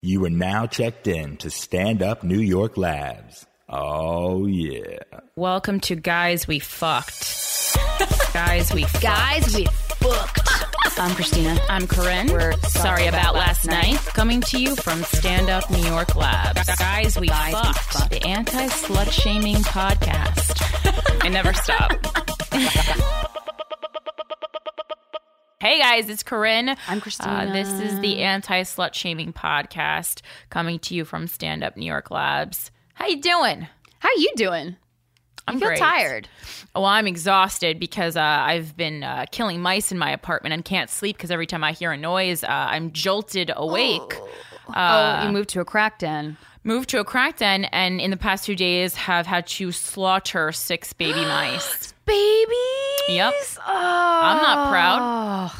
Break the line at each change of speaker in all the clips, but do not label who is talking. You are now checked in to Stand Up New York Labs. Oh, yeah.
Welcome to Guys We Fucked. Guys We Fucked.
Guys, we booked. I'm Christina.
I'm Corinne.
We're
sorry, about, last night. Coming to you from Stand Up New York Labs. Guys We
Guys We
fucked.
Fucked.
The anti slut shaming podcast. I never stop. Hey guys, it's Corinne. Uh,
I'm Christina.
this is the anti slut shaming podcast coming to you from Stand Up New York Labs. How you doing?
How you doing?
I'm
I feel
great.
tired.
Well, I'm exhausted because uh, I've been uh, killing mice in my apartment and can't sleep because every time I hear a noise, uh, I'm jolted awake.
oh, you moved to a crack den.
Moved to a crack den, and in the past two days, have had to slaughter six baby mice.
Babies.
Yep.
Oh, I'm
not proud.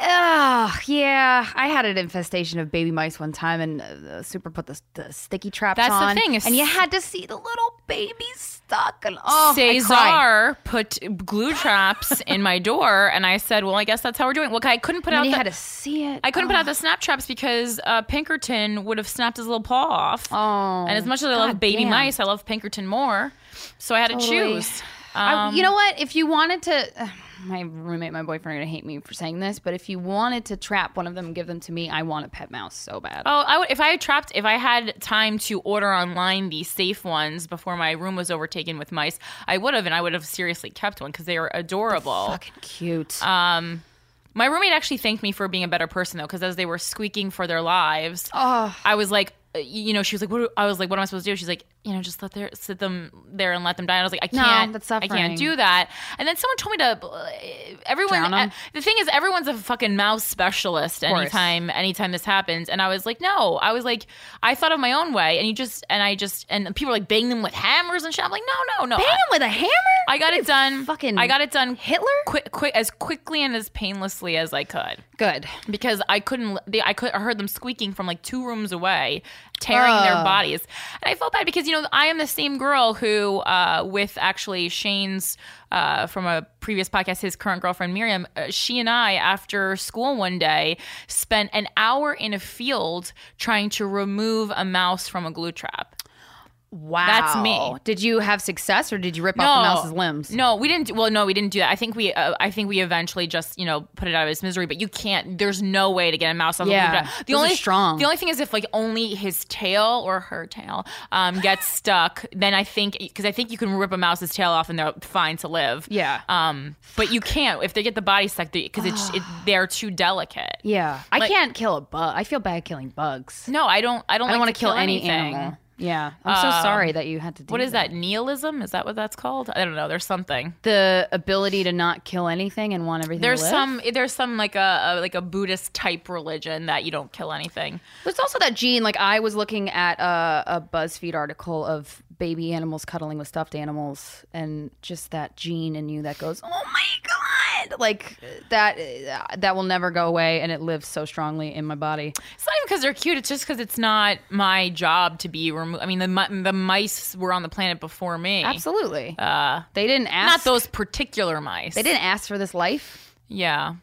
Ugh, yeah, I had an infestation of baby mice one time, and uh, Super put the, the sticky traps
That's the
on.
thing, is-
and you had to see the little babies stuck. And oh, I cried.
Cesar put glue traps in my door, and I said, "Well, I guess that's how we're doing." Well, I couldn't put
And
out.
you
The-
had Oh. to see it.
I couldn't put out the snap traps because uh, Pinkerton would have snapped his little paw off.
Oh,
and as much as I love baby
goddamn.
mice, I love Pinkerton more. So I had to
Totally.
choose.
I,
Um,
you know what? If you wanted to, ugh, my roommate, my boyfriend are gonna hate me for saying this, but if you wanted to trap one of them and give them to me, I want a pet mouse so bad.
Oh, I would if I had trapped if I had time to order online the safe ones before my room was overtaken with mice, I would have and I would have seriously kept one because they are adorable.
Fucking cute.
Uh, My roommate actually thanked me for being a better person though, because as they were squeaking for their lives,
oh,
I was like, uh, you know, she was like, what do- I was like, what am I supposed to do? She's like, you know, just let their sit them there and let them die. And I was like, I
No,
can't,
that's
I
suffering.
can't do that. And then someone told me to. uh, Everyone,
Drown 'em?
uh, the thing is, everyone's a fucking mouse specialist.
course.
Anytime, anytime this happens, and I was like, no, I was like, I thought of my own way, and you just, and I just, and people were like bang them with hammers and shit. I'm like, no, no, no,
bang
I,
him with a hammer.
I got it done.
fucking
I got it done.
Hitler?
quick, quick, as quickly and as painlessly as I could
Good.
because I couldn't. They, I could. I heard them squeaking from like two rooms away, tearing their
Ugh.
bodies, and I felt bad because you know I am the same girl who, uh, with actually Shane's uh, from a previous podcast, his current girlfriend Miriam, uh, she and I after school one day spent an hour in a field trying to remove a mouse from a glue trap.
Wow,
me.
Did you have success, or did you rip off the mouse's limbs?
No, we didn't. Do, well, no, we didn't do that. I think we, uh, I think we eventually just you know put it out of its misery. But you can't. There's no way to get a mouse off.
Yeah,
of the, the
those are
only
strong.
The only thing is if like only his tail or her tail um, gets stuck, then I think because I think you can rip a mouse's tail off and they're fine to live.
Yeah.
Um, but you can't if they get the body stuck because it's it, they're too delicate.
Yeah, I
Like-
can't kill a bug. I feel bad killing bugs.
No, I don't. I don't.
I don't
like
want
to
to kill, any
anything. Um,
animal. Yeah, I'm so sorry that you had to. do
What is that? Nihilism? Is that what that's called? I don't know. There's something.
The ability to not kill anything and want everything. to
There's
live?
some there's some like a, a like a Buddhist type religion that you don't kill anything.
There's also that gene. Like I was looking at a, a BuzzFeed article of baby animals cuddling with stuffed animals, and just that gene in you that goes, "Oh my god!" Like that that will never go away, and it lives so strongly in my body.
It's not even because they're cute. It's just because it's not my job to be removed. I mean, the mi- the mice were on the planet before me.
Absolutely. Uh, they didn't
Not
ask.
those particular mice.
They didn't ask for this life.
Yeah.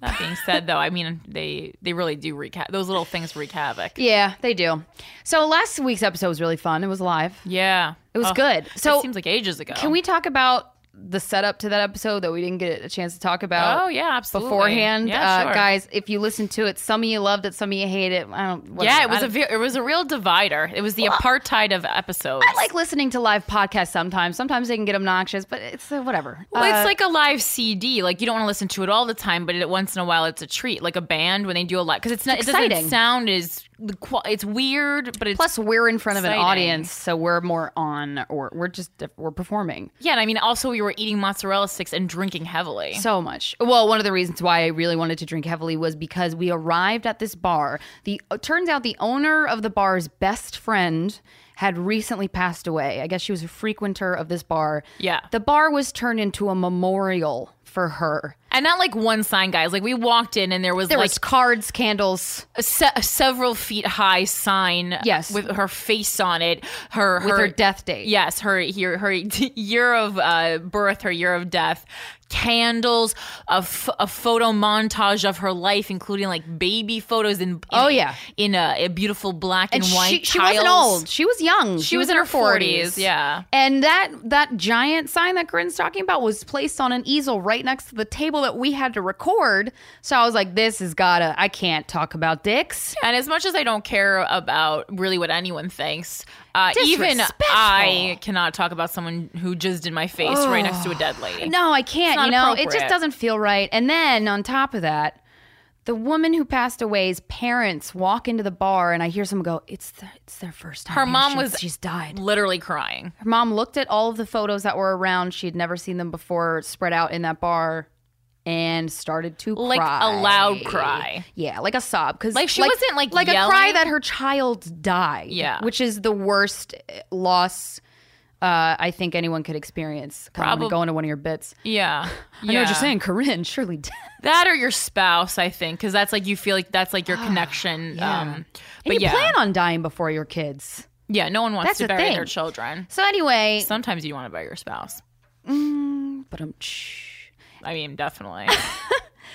That being said, though, I mean, they they really do wreak ha- those little things wreak havoc.
Yeah, they do. So last week's episode was really fun. It was live.
Yeah,
It was
Ugh,
good.
Oh, it
So
seems like ages ago.
can we talk about the setup to that episode that we didn't get a chance to talk about?
Oh yeah, absolutely.
beforehand.
yeah,
uh,
sure.
Guys, if you listen to it, some of you loved it, some of you hate it. I don't. Whatever.
Yeah, it was
I
a ve- it was a real divider. It was the apartheid of episodes.
I like listening to live podcasts sometimes. Sometimes they can get obnoxious, but it's uh, whatever.
Well,
Uh,
it's like a live CD. Like you don't want to listen to it all the time, but it, once in a while, it's a treat. Like a band when they do a live because it's not it
exciting.
doesn't sound as the qua- it's weird, but it's
plus we're in front of an
exciting.
audience, so we're more on, or we're just we're performing
yeah. And I mean, also we were eating mozzarella sticks and drinking heavily.
so much. Well, one of the reasons why I really wanted to drink heavily was because we arrived at this bar. The uh, turns out the owner of the bar's best friend had recently passed away. I guess she was a frequenter of this bar.
Yeah.
The bar was turned into a memorial for her.
And not like one sign, guys. Like we walked in and there was
There
like
was cards, candles.
a se- a several feet high sign.
Yes.
with her face on it. Her
With her death date.
Yes, her her, her year of uh, birth, her year of death. Candles, a, f- a photo montage of her life, including like baby photos in, in
Oh, yeah.
in a, a beautiful black and,
And
white.
she, she
tiles.
wasn't old. She was young. She,
was in her 40s, yeah.
And that that giant sign that Corinne's talking about was placed on an easel right next to the table that we had to record. So I was like, this has gotta. I can't talk about dicks.
And as much as I don't care about really what anyone thinks, uh, even
Disrespectful.
I cannot talk about someone who jizzed in my face right next to a dead lady.
No, I can't.
not
You know, it
appropriate.
just doesn't feel right. And then on top of that, the woman who passed away's parents walk into the bar, and I hear someone go, "It's the, it's their first time.
Her
here.
mom
She's-
was-
she's died."
Literally crying.
Her mom looked at all of the photos that were around. She had never seen them before, spread out in that bar, and started to
Like
cry.
a loud cry.
Yeah, like a sob. Because
Like, she wasn't, like,
like a cry
yelling.
that her child died.
Yeah.
which is the worst eh, loss. Uh, I think anyone could experience. Probably
Probab-
go into one of your bits.
Yeah.
I know what
Yeah.
you're saying, Corinne. Surely did.
That or your spouse, I think, because that's like you feel like that's like your connection. Um,
Ah, And
but
you
yeah,
plan on dying before your kids.
yeah, no one wants
That's
to
the
bury
thing.
their children.
So anyway,
Sometimes you want to bury your spouse.
but um.
I mean, definitely.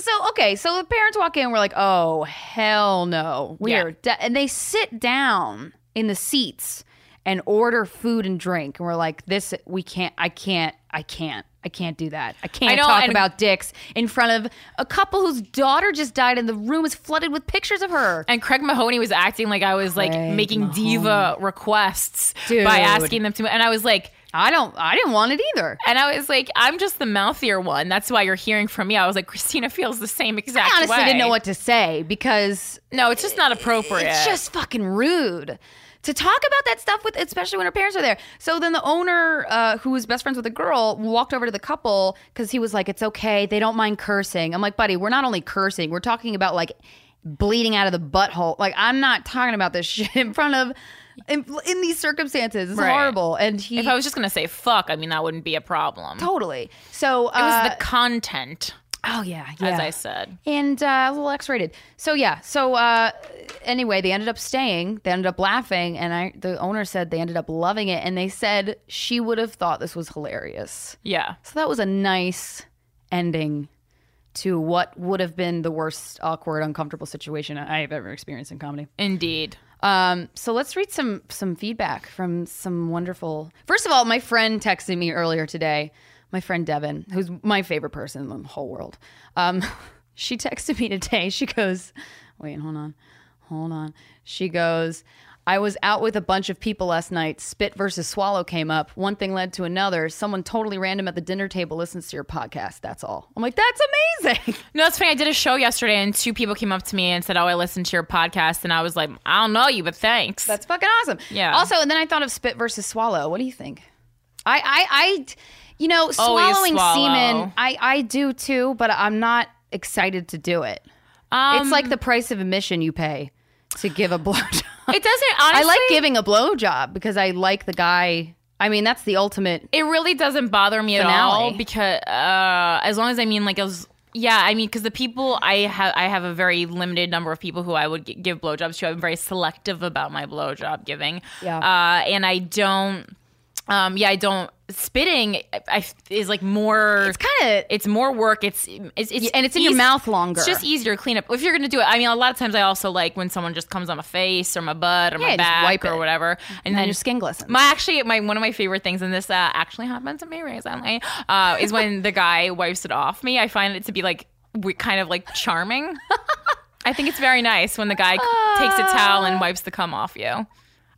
so okay, so the parents walk in, we're like, oh hell no, we
Yeah.
are, de-. and they sit down in the seats and order food and drink, and we're like, this we can't, I can't, I can't, I can't do that, I can't
know,
talk
and-
about dicks in front of a couple whose daughter just died, and the room is flooded with pictures of her.
and Craig Mahoney was acting like I was like
Craig
making diva requests by
Dude.
asking them to, and I was like.
I don't, I didn't want it either.
And I was like, I'm just the mouthier one. That's why you're hearing from me. I was like, Christina feels the same exact
I honestly didn't
way.
know what to say because
No, it's just not appropriate.
It's just fucking rude to talk about that stuff with, especially when her parents are there. So then the owner, uh, who was best friends with the girl, walked over to the couple because he was like, "It's okay, they don't mind cursing." I'm like, "Buddy, we're not only cursing, we're talking about like bleeding out of the butthole. Like, I'm not talking about this shit in front of." In, in these circumstances, it's
Right.
horrible. And he
If I was just gonna say fuck, I mean that wouldn't be a problem.
totally. So
It was
uh,
the content,
oh yeah, yeah.
as I said.
and uh, a little X-rated. So yeah. So uh, anyway, they ended up staying. They ended up laughing, and I the owner said they ended up loving it, and they said she would have thought this was hilarious.
Yeah.
So that was a nice ending to what would have been the worst, awkward, uncomfortable situation I have ever experienced in comedy.
Indeed.
Um, so let's read some some feedback from some wonderful. First of all, my friend texted me earlier today. My friend Devin, who's my favorite person in the whole world, um, she texted me today. She goes, "Wait, hold on, hold on." She goes, "I was out with a bunch of people last night. Spit versus swallow came up. One thing led to another. Someone totally random at the dinner table listens to your podcast. That's all." I'm like, "That's amazing."
No, it's funny. I did a show yesterday and two people came up to me and said, Oh, I listened to your podcast. And I was like, I don't know you, but thanks.
That's fucking awesome.
Yeah.
Also, and then I thought of spit versus swallow. What do you think? I, I, I you know,
Always
swallowing
swallow.
semen, I, I do too, but I'm not excited to do it.
um,
it's like the price of admission you pay to give a blowjob.
it doesn't honestly
I like giving a blowjob because I like the guy. I mean, that's the ultimate.
it really doesn't bother me at all
Finale.
because uh, as long as I mean like as yeah, I mean because the people I have I have a very limited number of people who I would g- give blowjobs to. I'm very selective about my blowjob giving.
Yeah.
uh, and I don't. Um, yeah, I don't. Spitting I, I, is like more.
It's kind of.
It's more work. It's it's, it's
And it's in your
eas-
mouth longer.
It's just easier to clean up. If you're gonna do it, I mean, a lot of times I also like when someone just comes on my face or my butt or my
Yeah, just
back
wipe
or
it.
whatever, and
and
then
your skin glistens.
my actually my one of my favorite things, and this uh, actually happened to me recently, uh, is when the guy wipes it off me. I find it to be like we, kind of like charming. I think it's very nice when the guy takes a towel and wipes the cum off you.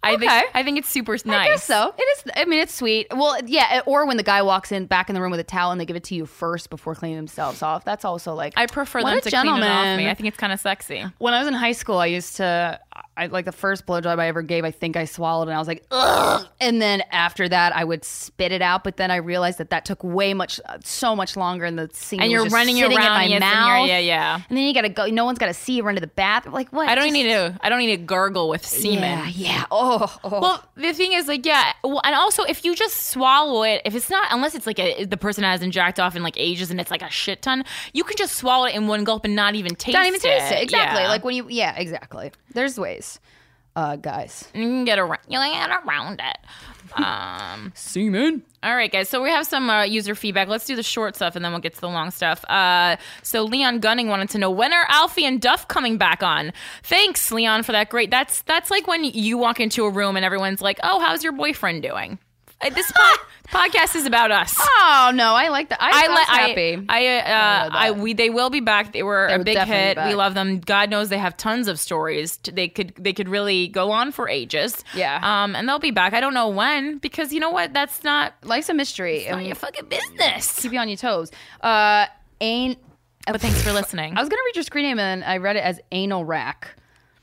I
Ah. Okay.
think I think it's super nice.
I guess so. It is. I mean, it's sweet. Well, yeah. eh, Or when the guy walks in back in the room with a towel and they give it to you first before cleaning themselves off. That's also like
I prefer
what
them
a
to clean it off
gentleman.
me. I think it's kind of sexy.
when I was in high school, I used to I like the first blowjob I ever gave. I think I swallowed, and I was like, ugh. And then after that, I would spit it out. But then I realized that that took way much, uh, so much longer, and the scene.
and
was
you're
just
running
sitting
around
in my
yes, and you're-
mouth.
yeah, yeah.
And then you gotta go. No one's gotta see you run to the bathroom. Like what?
I don't
Just-
need to. I don't need to gurgle with semen.
Yeah, yeah. Oh, oh.
Well, the thing is, like, yeah, well, and also if you just swallow it, if it's not, unless it's like a, the person hasn't jacked off in like ages and it's like a shit ton, you can just swallow it in one gulp and not even taste it.
not even taste it. Exactly.
Yeah.
Like when you. Yeah, exactly. There's ways, uh, guys.
you can get around, you can get around it. Um,
Semen.
all right, guys. So we have some uh, user feedback. Let's do the short stuff and then we'll get to the long stuff. Uh, so Leon Gunning wanted to know when are Alfie and Duff coming back on? Thanks, Leon, for that. Great. That's that's like when you walk into a room and everyone's like, "Oh, how's your boyfriend doing?" Uh, This pod- podcast is about us.
Oh no, I like that. I,
I
I was
let
happy.
I I, uh,
love
I
that.
we they will be back. They were a
will
big
definitely
hit.
be
We
back.
love them. God knows they have tons of stories. T- They could they could really go on for ages.
Yeah.
Um, and they'll be back. I don't know when because you know what? That's not
Life's a mystery,
not
and
your fucking business.
keep you on your toes. Uh, ain't.
But thanks for listening.
I was gonna read your screen name and I read it as anal rack,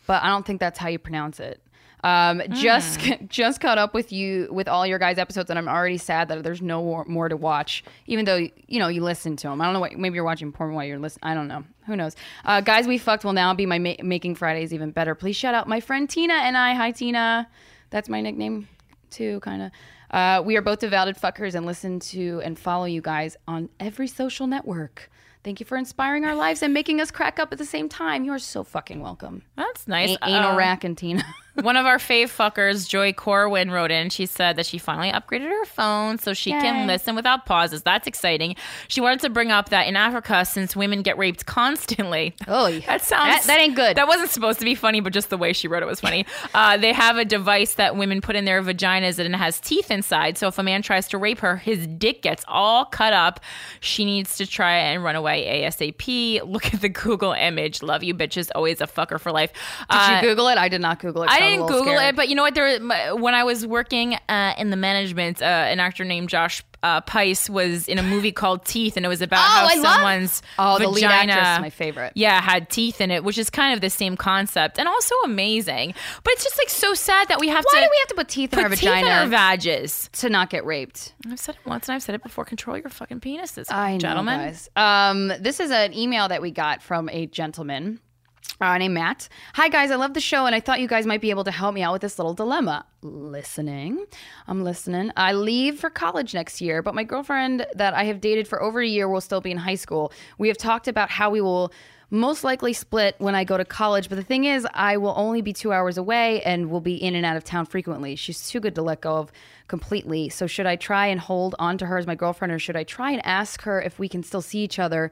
but I don't think that's how you pronounce it. Um, just just caught up with you with all your guys' episodes, and I'm already sad that there's no more, more to watch. Even though you know you listen to them, I don't know what maybe you're watching porn while you're listening. I don't know. Who knows? Uh, guys, we fucked will now be my ma- making Fridays even better. Please shout out my friend Tina and I. Hi Tina, that's my nickname too, kind of. Uh, we are both devoted fuckers and listen to and follow you guys on every social network. Thank you for inspiring our lives and making us crack up at the same time. You are so fucking welcome. um,
That's nice.
A- anal
Uh,
rack and Tina.
One of our fave fuckers, Joy Corwin, wrote in. She said that she finally upgraded her phone so she can
Yay.
listen without pauses. That's exciting. She wanted to bring up that in Africa, since women get raped constantly.
Oh, yeah.
that sounds
That- that ain't good.
That wasn't supposed to be funny, but just the way she wrote it was funny. uh, they have a device that women put in their vaginas and it has teeth inside. So if a man tries to rape her, his dick gets all cut up. She needs to try and run away ASAP. Look at the Google image. Love you, bitches. Always a fucker for life.
Did
Uh,
you Google it? I did not Google it. 'cause
I
was a
didn't
little
Google
scared.
it, but you know what? There, my- when I was working uh, in the management, uh, an actor named Josh uh, Pice was in a movie called Teeth, and it was about how
I love-
someone's
Oh,
vagina,
the lead actress is my favorite.
Yeah, had teeth in it, which is kind of the same concept, and also amazing. But it's just like so sad that we have
Why
to.
do we have to put teeth in
put
our
teeth in our
vagina
vages?
to not get raped?
I've said it once, and I've said it before. Control your fucking penises,
I know,
gentlemen.
guys. Um, this is an email that we got from a gentleman uh, named Matt. Hi, guys. I love the show, and I thought you guys might be able to help me out with this little dilemma. Listening. I'm listening. I leave for college next year, but my girlfriend that I have dated for over a year will still be in high school. We have talked about how we will most likely split when I go to college, but the thing is, I will only be two hours away and will be in and out of town frequently. She's too good to let go of completely. So, should I try and hold on to her as my girlfriend, or should I try and ask her if we can still see each other?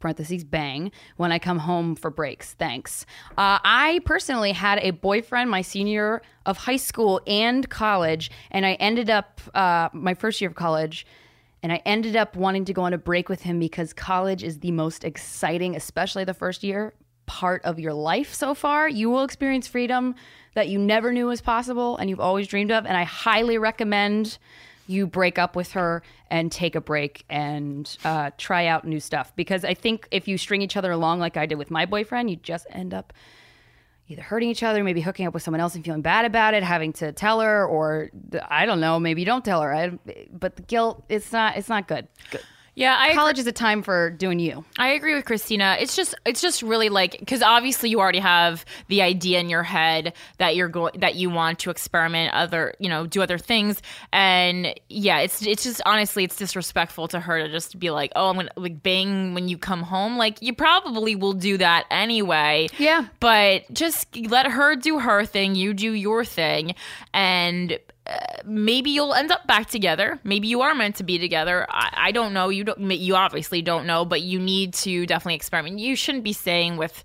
parentheses bang when i come home for breaks thanks uh, i personally had a boyfriend my senior of high school and college and i ended up uh, my first year of college and i ended up wanting to go on a break with him because college is the most exciting especially the first year part of your life so far you will experience freedom that you never knew was possible and you've always dreamed of and i highly recommend you break up with her and take a break and uh, try out new stuff. Because I think if you string each other along like I did with my boyfriend, you just end up either hurting each other, maybe hooking up with someone else and feeling bad about it, having to tell her, or I don't know, maybe you don't tell her. I, but the guilt, it's not, it's not good.
Yeah, I agree.
College is a time for doing you.
I agree with Christina. It's just it's just really like because obviously you already have the idea in your head that you're going that you want to experiment other you know do other things and yeah it's it's just honestly it's disrespectful to her to just be like oh I'm gonna like bang when you come home like you probably will do that anyway
Yeah.
but just let her do her thing you do your thing and uh, maybe you'll end up back together maybe you are meant to be together i, I don't know you don't you obviously don't know but you need to definitely experiment you shouldn't be staying with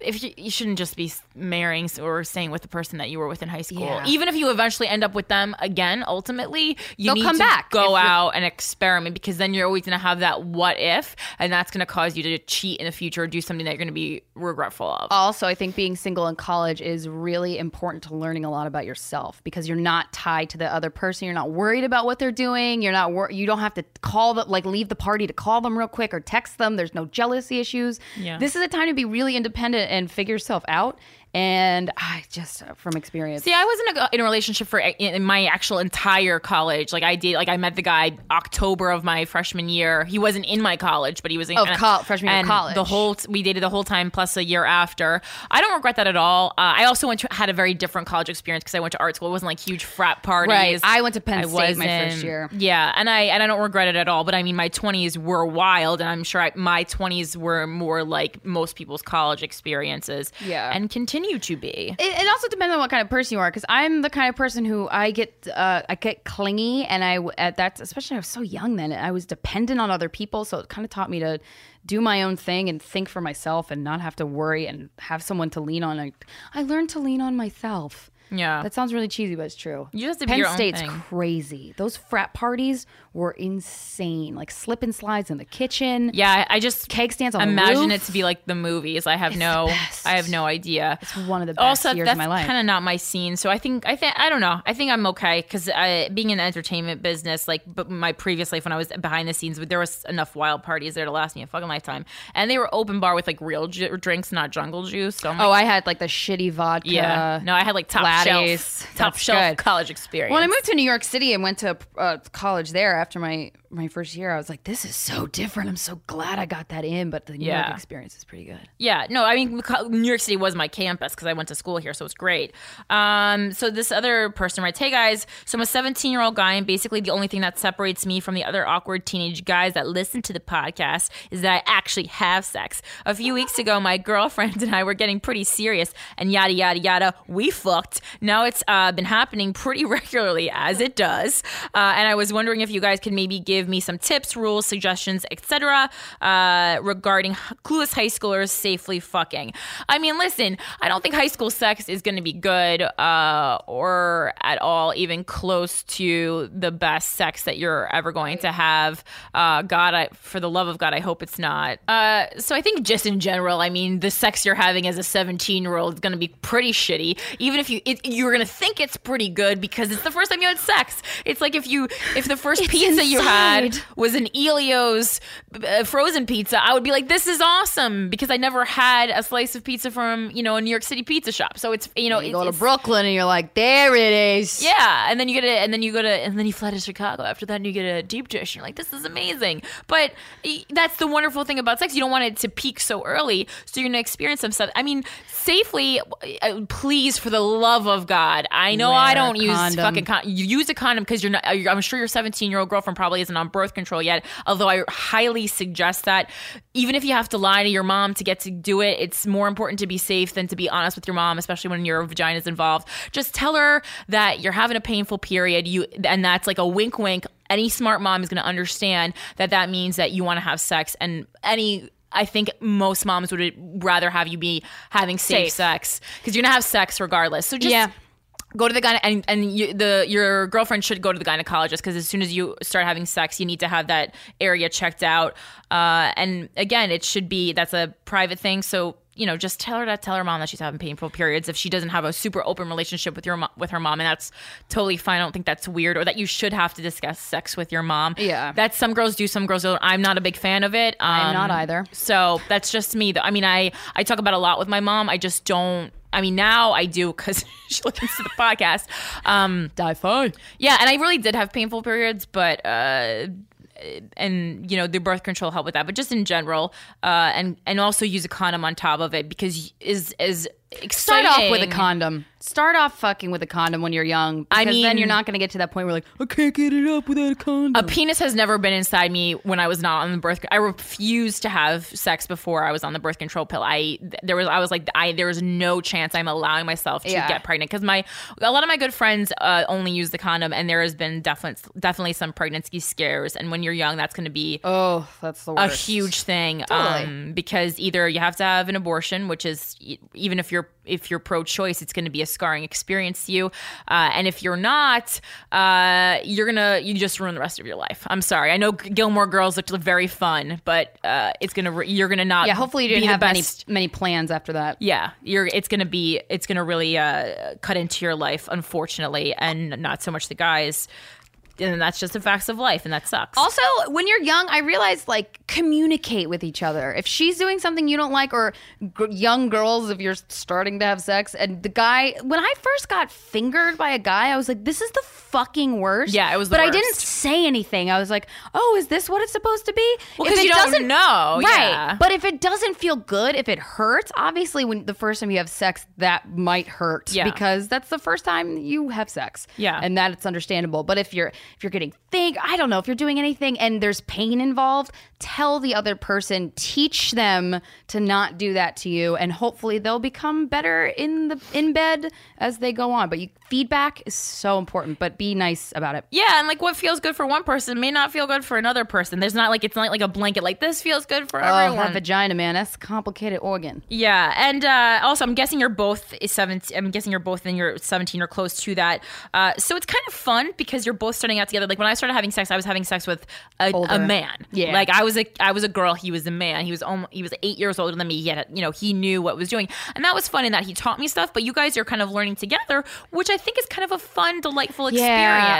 if you, you shouldn't just be marrying or staying with the person that you were with in high school
Yeah.
even if you eventually end up with them again ultimately you
They'll
need
come
to
back if
go
you're-
out and experiment because then you're always going to have that what if and that's going to cause you to cheat in the future or do something that you're going to be regretful of
also i think being single in college is really important to learning a lot about yourself because you're not tied to the other person you're not worried about what they're doing you're not wor- you don't have to call them like leave the party to call them real quick or text them there's no jealousy issues
Yeah.
this is a time to be really independent and figure yourself out And I just from experience.
See, I wasn't a, in a relationship for eh, in my actual entire college. Like I did, like I met the guy October of my freshman year. He wasn't in my college, but he was in
Of
and-
col- freshman year
and
college.
The whole t- we dated the whole time plus a year after. I don't regret that at all. Uh, I also went to had a very different college experience because I went to art school. It wasn't like huge frat parties.
Right. I went to Penn
I
State my first
wasn't-
year.
Yeah, and I and I don't regret it at all. But I mean, my twenties were wild, and I'm sure I, my twenties were more like most people's college experiences.
Yeah.
and continue to be.
It, it also depends on what kind of person you are, because I'm the kind of person who I get uh, I get clingy, and I at that especially I was so young then I was dependent on other people, so it kind of taught me to do my own thing and think for myself and not have to worry and have someone to lean on. I, I learned to lean on myself.
Yeah.
that sounds really cheesy, but it's true.
You just have to be
Penn
your own
State's
thing.
crazy. Those frat parties were insane, like slip and slides in the kitchen.
Yeah, I- I just
Cake stands on the
imagine
roof.
it to be like the movies. I have no,
best.
I have no idea. It's
one of the best
also
years
that's
of my life.
kind of not my scene. So I think I think I don't know. I think I'm okay because being in the entertainment business, like but my previous life when I was behind the scenes, but there was enough wild parties there to last me a fucking lifetime, and they were open bar with like real ju- drinks, not jungle juice. So I'm like,
Oh, I had like the shitty vodka.
yeah, no, I had like top
Gladys.
shelf, top
That's
shelf
good.
college experience.
When I moved to New York City and went to uh, college there after my my first year, I was like, "This is so different." I'm so glad I got that in, but the New
Yeah.
York experience is pretty good.
Yeah, no, I mean co- New York City was my campus because I went to school here, so it's great. Um, so this other person writes, "Hey guys, so I'm a 17 year old guy, and basically the only thing that separates me from the other awkward teenage guys that listen to the podcast is that I actually have sex. A few weeks ago, my girlfriend and I were getting pretty serious, and yada yada yada, we fucked. Now it's uh, been happening pretty regularly, as it does. Uh, and I was wondering if you guys could maybe give me some tips, rules, suggestions, etc. Uh, regarding h- clueless high schoolers safely fucking. I mean, listen, I don't think high school sex is going to be good uh, or at all even close to the best sex that you're ever going to have. Uh, God, I, for the love of God, I hope it's not. Uh, so I think just in general, I mean, the sex you're having as a 17 year old is going to be pretty shitty. Even if you it, you're going to think it's pretty good because it's the first time you had sex. It's like if you if the first
It's
pizza you had
inside.
was an Elio's uh, frozen pizza, I would be like, "This is awesome!" because I never had a slice of pizza from you know a New York City pizza shop. So it's you know
You
it's,
go to
it's-
Brooklyn and you're like, "There it is."
yeah, and then you get it, and then you go to, and then you fly to Chicago. After that, and you get a deep dish, and you're like, "This is amazing." But y- that's the wonderful thing about sex—you don't want it to peak so early, so you're gonna experience some stuff. I mean, safely, uh, please, for the love of God, I know
Wear
I
a
don't use
condom.
fucking con- you use a condom because you're not. uh, you're- I'm sure your 17 year old girlfriend probably isn't on birth control yet. Although I highly suggest that, even if you have to lie to your mom to get to do it, it's more important to be safe than to be honest with your mom, especially when your vagina is involved. Just tell her that you're having a painful period. You and that's like a wink, wink. Any smart mom is going to understand that that means that you want to have sex, and any. I think most moms would rather have you be having safe,
Safe.
sex because you're gonna have sex regardless. So just
Yeah.
go to the gyne and, and you, the your girlfriend should go to the gynecologist because as soon as you start having sex you need to have that area checked out uh, and again it should be that's a private thing so you know just tell her to tell her mom that she's having painful periods if she doesn't have a super open relationship with your mo- with her mom and that's totally fine i don't think that's weird or that you should have to discuss sex with your mom
Yeah.
that's some girls do some girls don't i'm not a big fan of it um,
I'm not either.
so that's just me. Though. I mean, I I talk about it a lot with my mom. I just don't. I mean, now I do because she listens to the podcast. Um,
die fine.
yeah, and I really did have painful periods, but uh, and you know the birth control helped with that. But just in general, uh, and and also use a condom on top of it because is is
Start
exciting.
off with a condom. Start off fucking with a condom when you're young. Because
I
then
mean-
you're not going to get to that point where like, I can't get it up without a condom.
A penis has never been inside me when I was not on the birth. I refused to have sex before I was on the birth control pill. I there was I was like I there was no chance I'm allowing myself to
Yeah.
get pregnant because my a lot of my good friends uh, only use the condom and there has been definitely definitely some pregnancy scares and when you're young that's going to be
oh, that's the
a
worst.
huge thing
Totally.
um, because either you have to have an abortion, which is e- even if you're if you're pro-choice, it's going to be a scarring experience to you, uh, and if you're not, uh, you're gonna you just ruin the rest of your life. I'm sorry. I know G- Gilmore Girls looked very fun, but uh, it's gonna re- you're gonna not
Yeah, hopefully you
be
didn't
the
have many
best-
many plans after that.
Yeah, you're. It's gonna be. It's gonna really uh, cut into your life, unfortunately, and not so much the guys. and that's just the facts of life, and that sucks.
Also, when you're young, I realized like communicate with each other. If she's doing something you don't like, or g- young girls, if you're starting to have sex, and the guy, when I first got fingered by a guy, I was like, this is the fucking worst.
Yeah, it was the
But I didn't
worst.
say anything. I was like, oh, is this what it's supposed to be?
Well,
If
'cause
it
you don't
doesn't-
know,
right?
yeah.
But if it doesn't feel good, if it hurts, obviously, when the first time you have sex, that might hurt.
Yeah.
because that's the first time you have sex.
Yeah.
and that it's understandable. But if you're if you're getting think, I don't know, if you're doing anything and there's pain involved, tell the other person, teach them to not do that to you, and hopefully they'll become better in the in bed as they go on. But you, feedback is so important. But be nice about it.
Yeah, and like what feels good for one person may not feel good for another person. There's not like it's not like a blanket like this feels good for
Oh,
everyone.
that vagina, man, that's a complicated organ.
yeah, and uh, also I'm guessing you're both is 17. I'm guessing you're both in your 17 or close to that. Uh, so it's kind of fun because you're both starting out together. Like when I started having sex, I was having sex with a, a
Older.
man.
Yeah.
like I was a I was a girl. He was a man. He was almost, he was eight years older than me. He had a, you know he knew what was doing, and that was fun in that he taught me stuff. But you guys are kind of learning together, which I think is kind of a fun, delightful experience.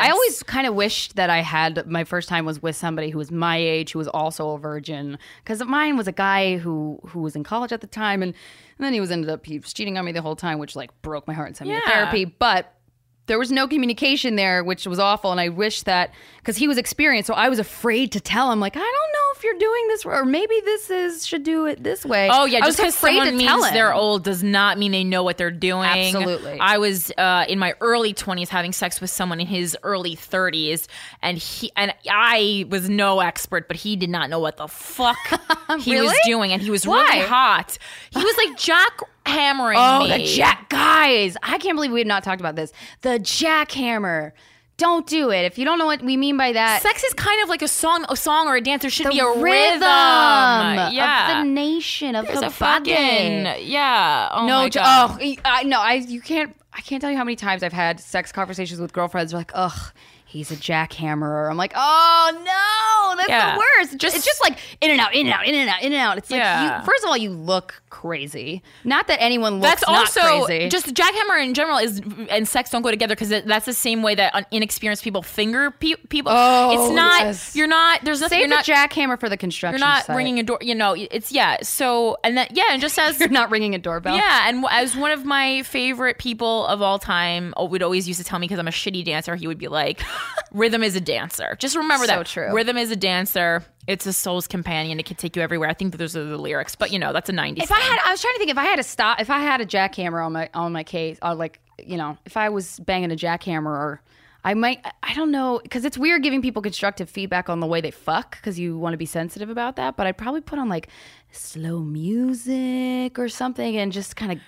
I always kind of wished that I had my first time was with somebody who was my age, who was also a virgin, because mine was a guy who who was in college at the time, and, and then he was ended up he was cheating on me the whole time, which like broke my heart and sent me to
Yeah.
therapy. But there was no communication there, which was awful, and I wish that because he was experienced, so I was afraid to tell him like I don't know if you're doing this or maybe this is should do it this way.
Oh yeah,
I
just
was
because
afraid
someone
to tell
means
him.
they're old does not mean they know what they're doing.
Absolutely.
I was uh, in my early twenties having sex with someone in his early thirties, and he and I was no expert, but he did not know what the fuck he was
Really?
doing, and he was
Why?
really hot. He was like jack hammering
Oh,
me.
the jack guys! I can't believe we have not talked about this. The jackhammer. Don't do it if you don't know what we mean by that.
Sex is kind of like a song, a song or a dance. There should be a rhythm.
of
Yeah,
the nation of
there's
the
a fucking
body.
yeah. Oh
No,
my
j-
God.
oh, e- I no, I you can't. I can't tell you how many times I've had sex conversations with girlfriends. They're like, ugh, he's a jackhammerer. I'm like, oh no, that's
Yeah.
the worst.
Just-
Just it's just like in and out, in and out, in and out, in and out. It's like,
Yeah.
you, first of all, you look crazy. Not that anyone looks
that's also
not crazy.
just jackhammer in general is and sex don't go together because that's the same way that un- inexperienced people finger pe- people.
Oh,
it's not
yes.
you're not there's nothing
Save
you're not
the jackhammer for the construction.
you're not
site.
ringing a door. You know it's yeah. So and that yeah and just as
You're not ringing a doorbell.
yeah and w- as one of my favorite people of all time oh, would always used to tell me because I'm a shitty dancer he would be like rhythm is a dancer just remember
So
that
true.
rhythm is a dancer it's a soul's companion it can take you everywhere I think that those are the lyrics but you know that's a 90s
If I had, I was trying to think. If I had a stop, if I had a jackhammer on my on my case, or like you know, if I was banging a jackhammer, or I might, I- I don't know, because it's weird giving people constructive feedback on the way they fuck, because you want to be sensitive about that. But I'd probably put on like slow music or something, and just kind of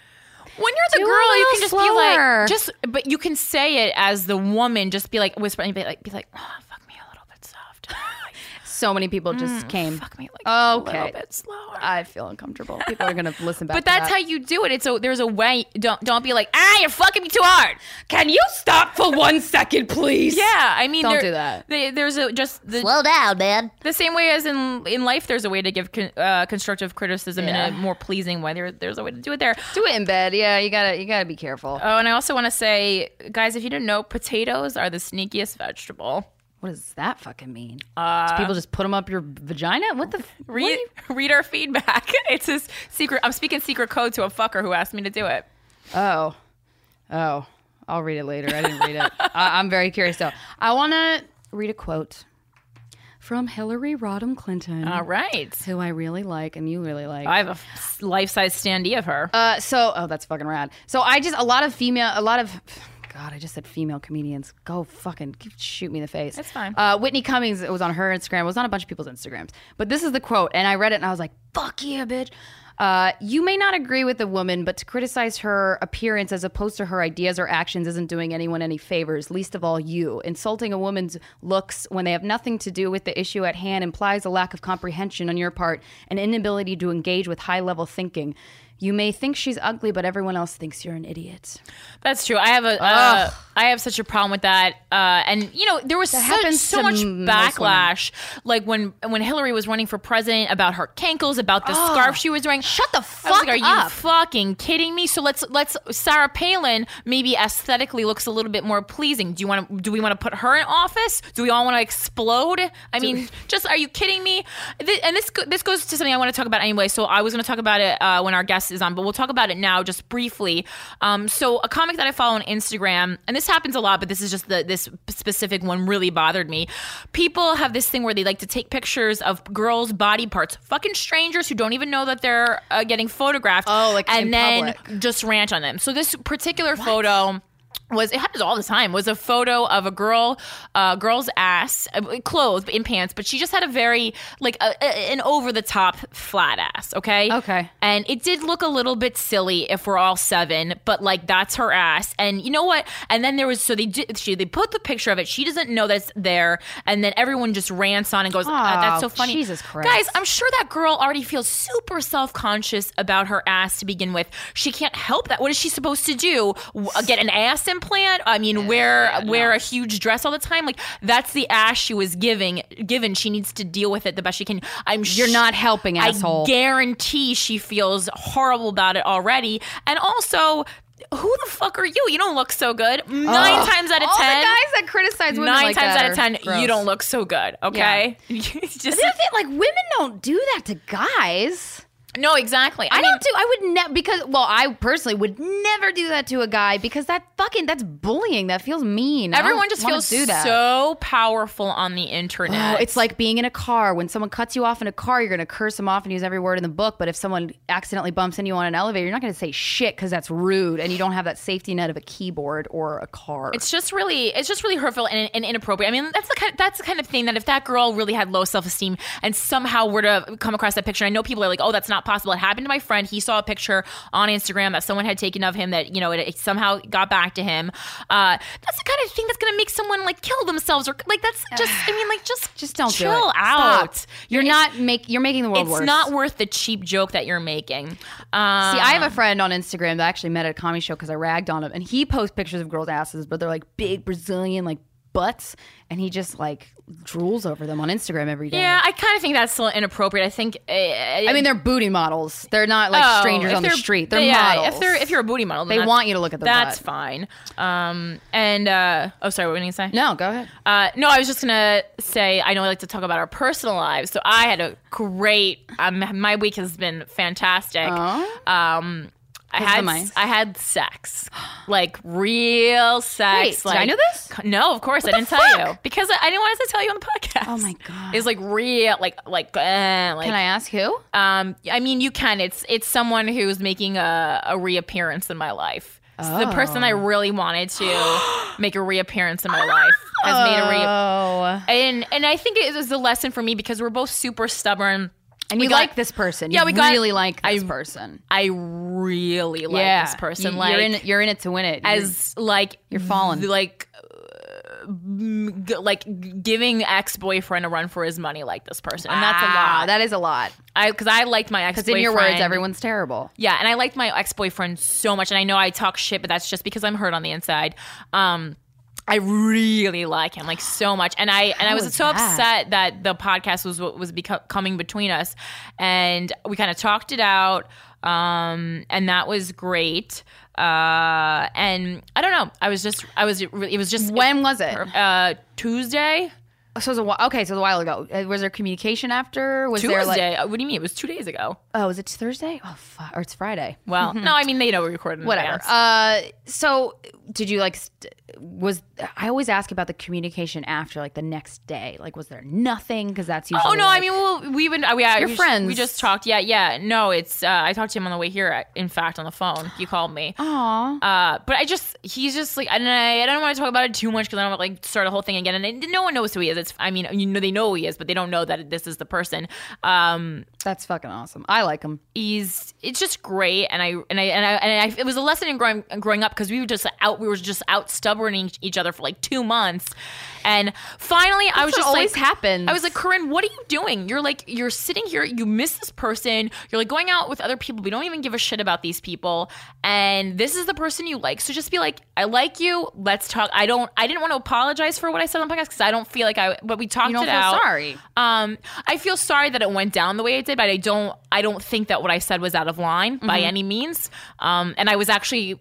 When you're the
Do a
girl, you
little
can just be like,
slower.
just, but you can say it as the woman, just be like, whisper and be like, be like, oh, fuck me a little bit soft.
so many people just came.
fuck me like a
Okay.
little bit slower.
I feel uncomfortable. People are gonna listen back.
but that's how you do it. It's a there's a way. Don't don't be like ah you're fucking me too hard.
Can you stop for one second, please?
Yeah, I mean
Don't
there-
do that.
They, there's a just the,
Slow down, man.
the same way as in in life. There's a way to give con, uh, constructive criticism
Yeah.
in a more pleasing way. There, there's a way to do it there.
Do it in bed. Yeah, you gotta you gotta be careful.
Oh, and I also want to say, guys, if you didn't know, potatoes are the sneakiest vegetable.
What does that fucking mean? Do people just put them up your vagina? What the? f- what
Uh, Read,
do you-
read our feedback. It's his secret. I'm speaking secret code to a fucker who asked me to do it.
oh, oh, I'll read it later. I didn't read it. I, I'm very curious though. I want to read a quote from Hillary Rodham Clinton,
All right.
who I really like and you really like.
Uh, I have a life size standee of her.
Uh, so, oh, that's fucking rad. So I just a lot of female, a lot of. God, I just said female comedians. Go fucking shoot me in the face. That's
fine.
Uh, Whitney Cummings, it was on her Instagram. It was on a bunch of people's Instagrams. But this is the quote, and I read it and I was like, fuck yeah, bitch. Uh, you may not agree with a woman, but to criticize her appearance as opposed to her ideas or actions isn't doing anyone any favors, least of all you. Insulting a woman's looks when they have nothing to do with the issue at hand implies a lack of comprehension on your part, an inability to engage with high level thinking. You may think she's ugly, but everyone else thinks you're an idiot.
That's true. I have a. Uh, I have such a problem with that. Uh, and you know, there was such,
happens
so
to
much
most
backlash, like when when Hillary was running for president about her cankles, about the scarf she was wearing. Shut
the
I was
fuck
like, Are you
up."
fucking kidding me? So let's let's Sarah Palin maybe aesthetically looks a little bit more pleasing. Do you want to? Do we want to put her in office? Do we all want to explode? I mean, just are you kidding me? Th- and this go- this goes to something I want to talk about anyway. So I was going to talk about it uh, when our guest is on, but we'll talk about it now just briefly. Um, so a comic that I follow on Instagram, and this happens a lot, but this is just the this specific one really bothered me. People have this thing where they like to take pictures of girls' body parts, fucking strangers who don't even know that they're uh, getting photographed.
Oh, like
and
in
then
public.
just rant on them. So this particular photo was it happens all the time was a photo of a girl uh girl's ass uh, clothed in pants but she just had a very like a, a- an over the top flat ass okay
Okay.
and it did look a little bit silly if we're all seven but like that's her ass and you know what and then there was so they did she they put the picture of it she doesn't know that's there and then everyone just rants on and goes "Ah, that's so
Oh,
funny
Jesus Christ.
guys I'm sure that girl already feels super self conscious about her ass to begin with. She can't help that. What is she supposed to do? W- uh, Get an ass implant? I mean, wear wear a huge dress all the time? Like that's the ass she was giving. Given she needs to deal with it the best she can. I'm.
You're not helping,
I
asshole.
guarantee she feels horrible about it already. And also, who the fuck are you? You don't look so good. Nine times out of
Oh. All
ten.
the guys that criticize women
Nine
like
times
that
out of
are
ten, you
gross.
don't look so good. Okay, It's just
The other thing, like women don't do that to guys.
no, exactly.
I, don't do. I would never because well, I personally would never do that to a guy because that fucking that's bullying. That feels mean. I don't
Everyone just
wanna
feels
do that.
so powerful on the internet.
Oh, it's like being in a car. When someone cuts you off in a car, you're going to curse them off and use every word in the book. But if someone accidentally bumps into you on an elevator, you're not going to say shit because that's rude and you don't have that safety net of a keyboard or a car.
it's just really it's just really hurtful and, and inappropriate. I mean, that's the kind that's the kind of thing that if that girl really had low self esteem and somehow were to come across that picture, I know people are like, "Oh, that's not possible." It happened to my friend. He saw a picture on Instagram that someone had taken of him that you know it, it somehow got back to him. Uh, that's the kind of thing that's going to make someone like kill themselves or like that's just. I mean, like just
just don't
chill
do it.
out.
Stop. You're not make. You're making the world
It's
worse.
not worth the cheap joke that you're making. Um,
See, I have a friend on Instagram that I actually met at a comedy show because I ragged on him, and he posts pictures of girls' asses, but they're like big Brazilian like butts, and he just like drools over them on Instagram every day.
Yeah, I kind of think that's still inappropriate. I think. Uh,
I mean, they're booty models. They're not like
Oh,
strangers on the street. They're models.
If they're if you're a booty model, then
They
that's-
want you to look at the
That's
butt.
fine. Um, and uh, oh, sorry, what were you gonna say?
no, go ahead.
Uh, no, I was just gonna say I know I like to talk about our personal lives, so I had a great. Um, my week has been fantastic.
Oh.
Um, I
Those are
had
nice.
I had sex, like real sex.
Wait, did
like-
I know this?
No, of course I didn't tell you
fuck?
because I, I didn't want to tell you on the podcast.
Oh my God.
It's like real, like like, uh, like
Can I ask who?
um, I mean, you can. It's it's someone who's making a, a reappearance in my life. It's The person I
Oh.
really wanted to make a reappearance in my life has made a re.
Oh,
And and I think it is a lesson for me because we're both super stubborn.
and
We
you
got-
like this person.
Yeah,
you
we got-
really like this
I-
person.
I really like this person.
You-
like
you're in, you're in it to win it. You're-
as like you're
fallen.
Like. uh, mm, g- Like g- giving ex boyfriend a run for his money, like this person, and that's a
Wow,
lot.
Ah, That is a lot.
I because I liked my ex.
Because in your words, everyone's terrible.
Yeah, and I liked my ex boyfriend so much, and I know I talk shit, but that's just because I'm hurt on the inside. Um, I really like him like so much, and I and I was
is
so
that?
upset that the podcast was what was beco- coming between us, and we kind of talked it out, um, and that was great. Uh, and I don't know, I was just I was it was just
When was it?
uh Tuesday
Oh, So it was a while, okay. So it was a while ago. Uh, Was there communication after? Was
Tuesday. Uh,
there like
what do you mean? It was two days ago.
oh, is it Thursday? Oh, fuck. or it's Friday.
Well, no, I mean they know we recorded in
Whatever.
advance.
Uh, so did you like? St- was I always ask about the communication after, like the next day? Like, was there nothing? Because that's usually.
Oh no! I
like-
mean, well, we would. We, yeah,
You're
we,
friends.
We just talked. Yeah, yeah. No, it's. Uh, I talked to him on the way here. uh, In fact, on the phone, he called me.
Aw.
Uh, but I just, he's just like, and I, I don't want to talk about it too much because I don't want to like start a whole thing again. And I, no one knows who he is. It's, I mean, you know, they know who he is, but they don't know that this is the person. Um,
That's fucking awesome. I like them.
he's it's just great and i and i and i, and I it was a lesson in growing growing up because we were just out we were just out stubborning each other for like two months and finally i was
what
just
always
like
happens.
i was like corinne what are you doing you're like you're sitting here you miss this person you're like going out with other people we don't even give a shit about these people and this is the person you like so just be like i like you let's talk i don't i didn't want to apologize for what i said on the podcast because i don't feel like i but we talked
You don't
it
feel
out
sorry.
um, I feel sorry that it went down the way it did, but I don't. I don't think that what I said was out of line by any means. Um, and I was actually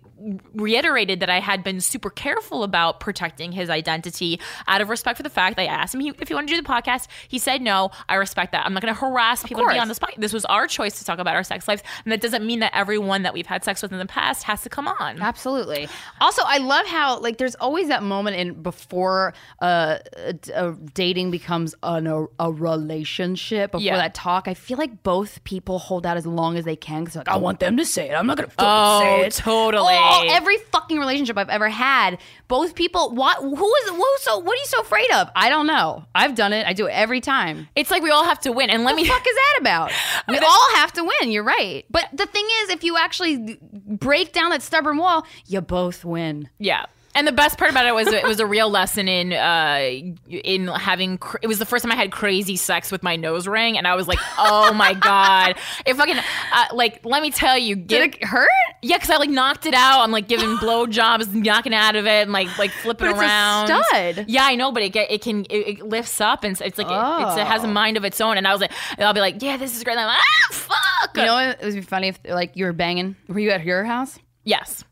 reiterated that I had been super careful about protecting his identity out of respect for the fact that I asked him he, if he wanted to do the podcast. He said no. I respect that. I'm not going to harass people to be
course.
on this podcast. This was our choice to talk about our sex lives, and that doesn't mean that everyone that we've had sex with in the past has to come on.
Absolutely. Also, I love how like there's always that moment in before uh, a, a dating becomes an, a, a relationship. Before
Yeah.
that talk, I feel like both people hold out as long as they can because like I want them to say it. I'm not gonna fucking
Oh,
say it.
totally.
Oh, every fucking relationship I've ever had, both people. What? Who is? Who? So what are you so afraid of? I don't know. I've done it. I do it every time.
It's like we all have to win. And let me.
What the fuck is that about? We all have to win. You're right. But the thing is, if you actually break down that stubborn wall, you both win.
Yeah. And the best part about it was it was a real lesson in uh, in having cr- it was the first time I had crazy sex with my nose ring and I was like oh my god if fucking uh, like let me tell you get
Did it hurt?
yeah because I like knocked it out I'm like giving blowjobs and knocking out of it and like like flipping
But it's a
around
stud.
yeah I know but it get, it can it, it lifts up and it's, it's like it, it's, it has a
Oh.
mind of its own and I was like and I'll be like yeah this is great and I'm like ah fuck
You know, it would be funny if like you were banging. Were you at your house?
yes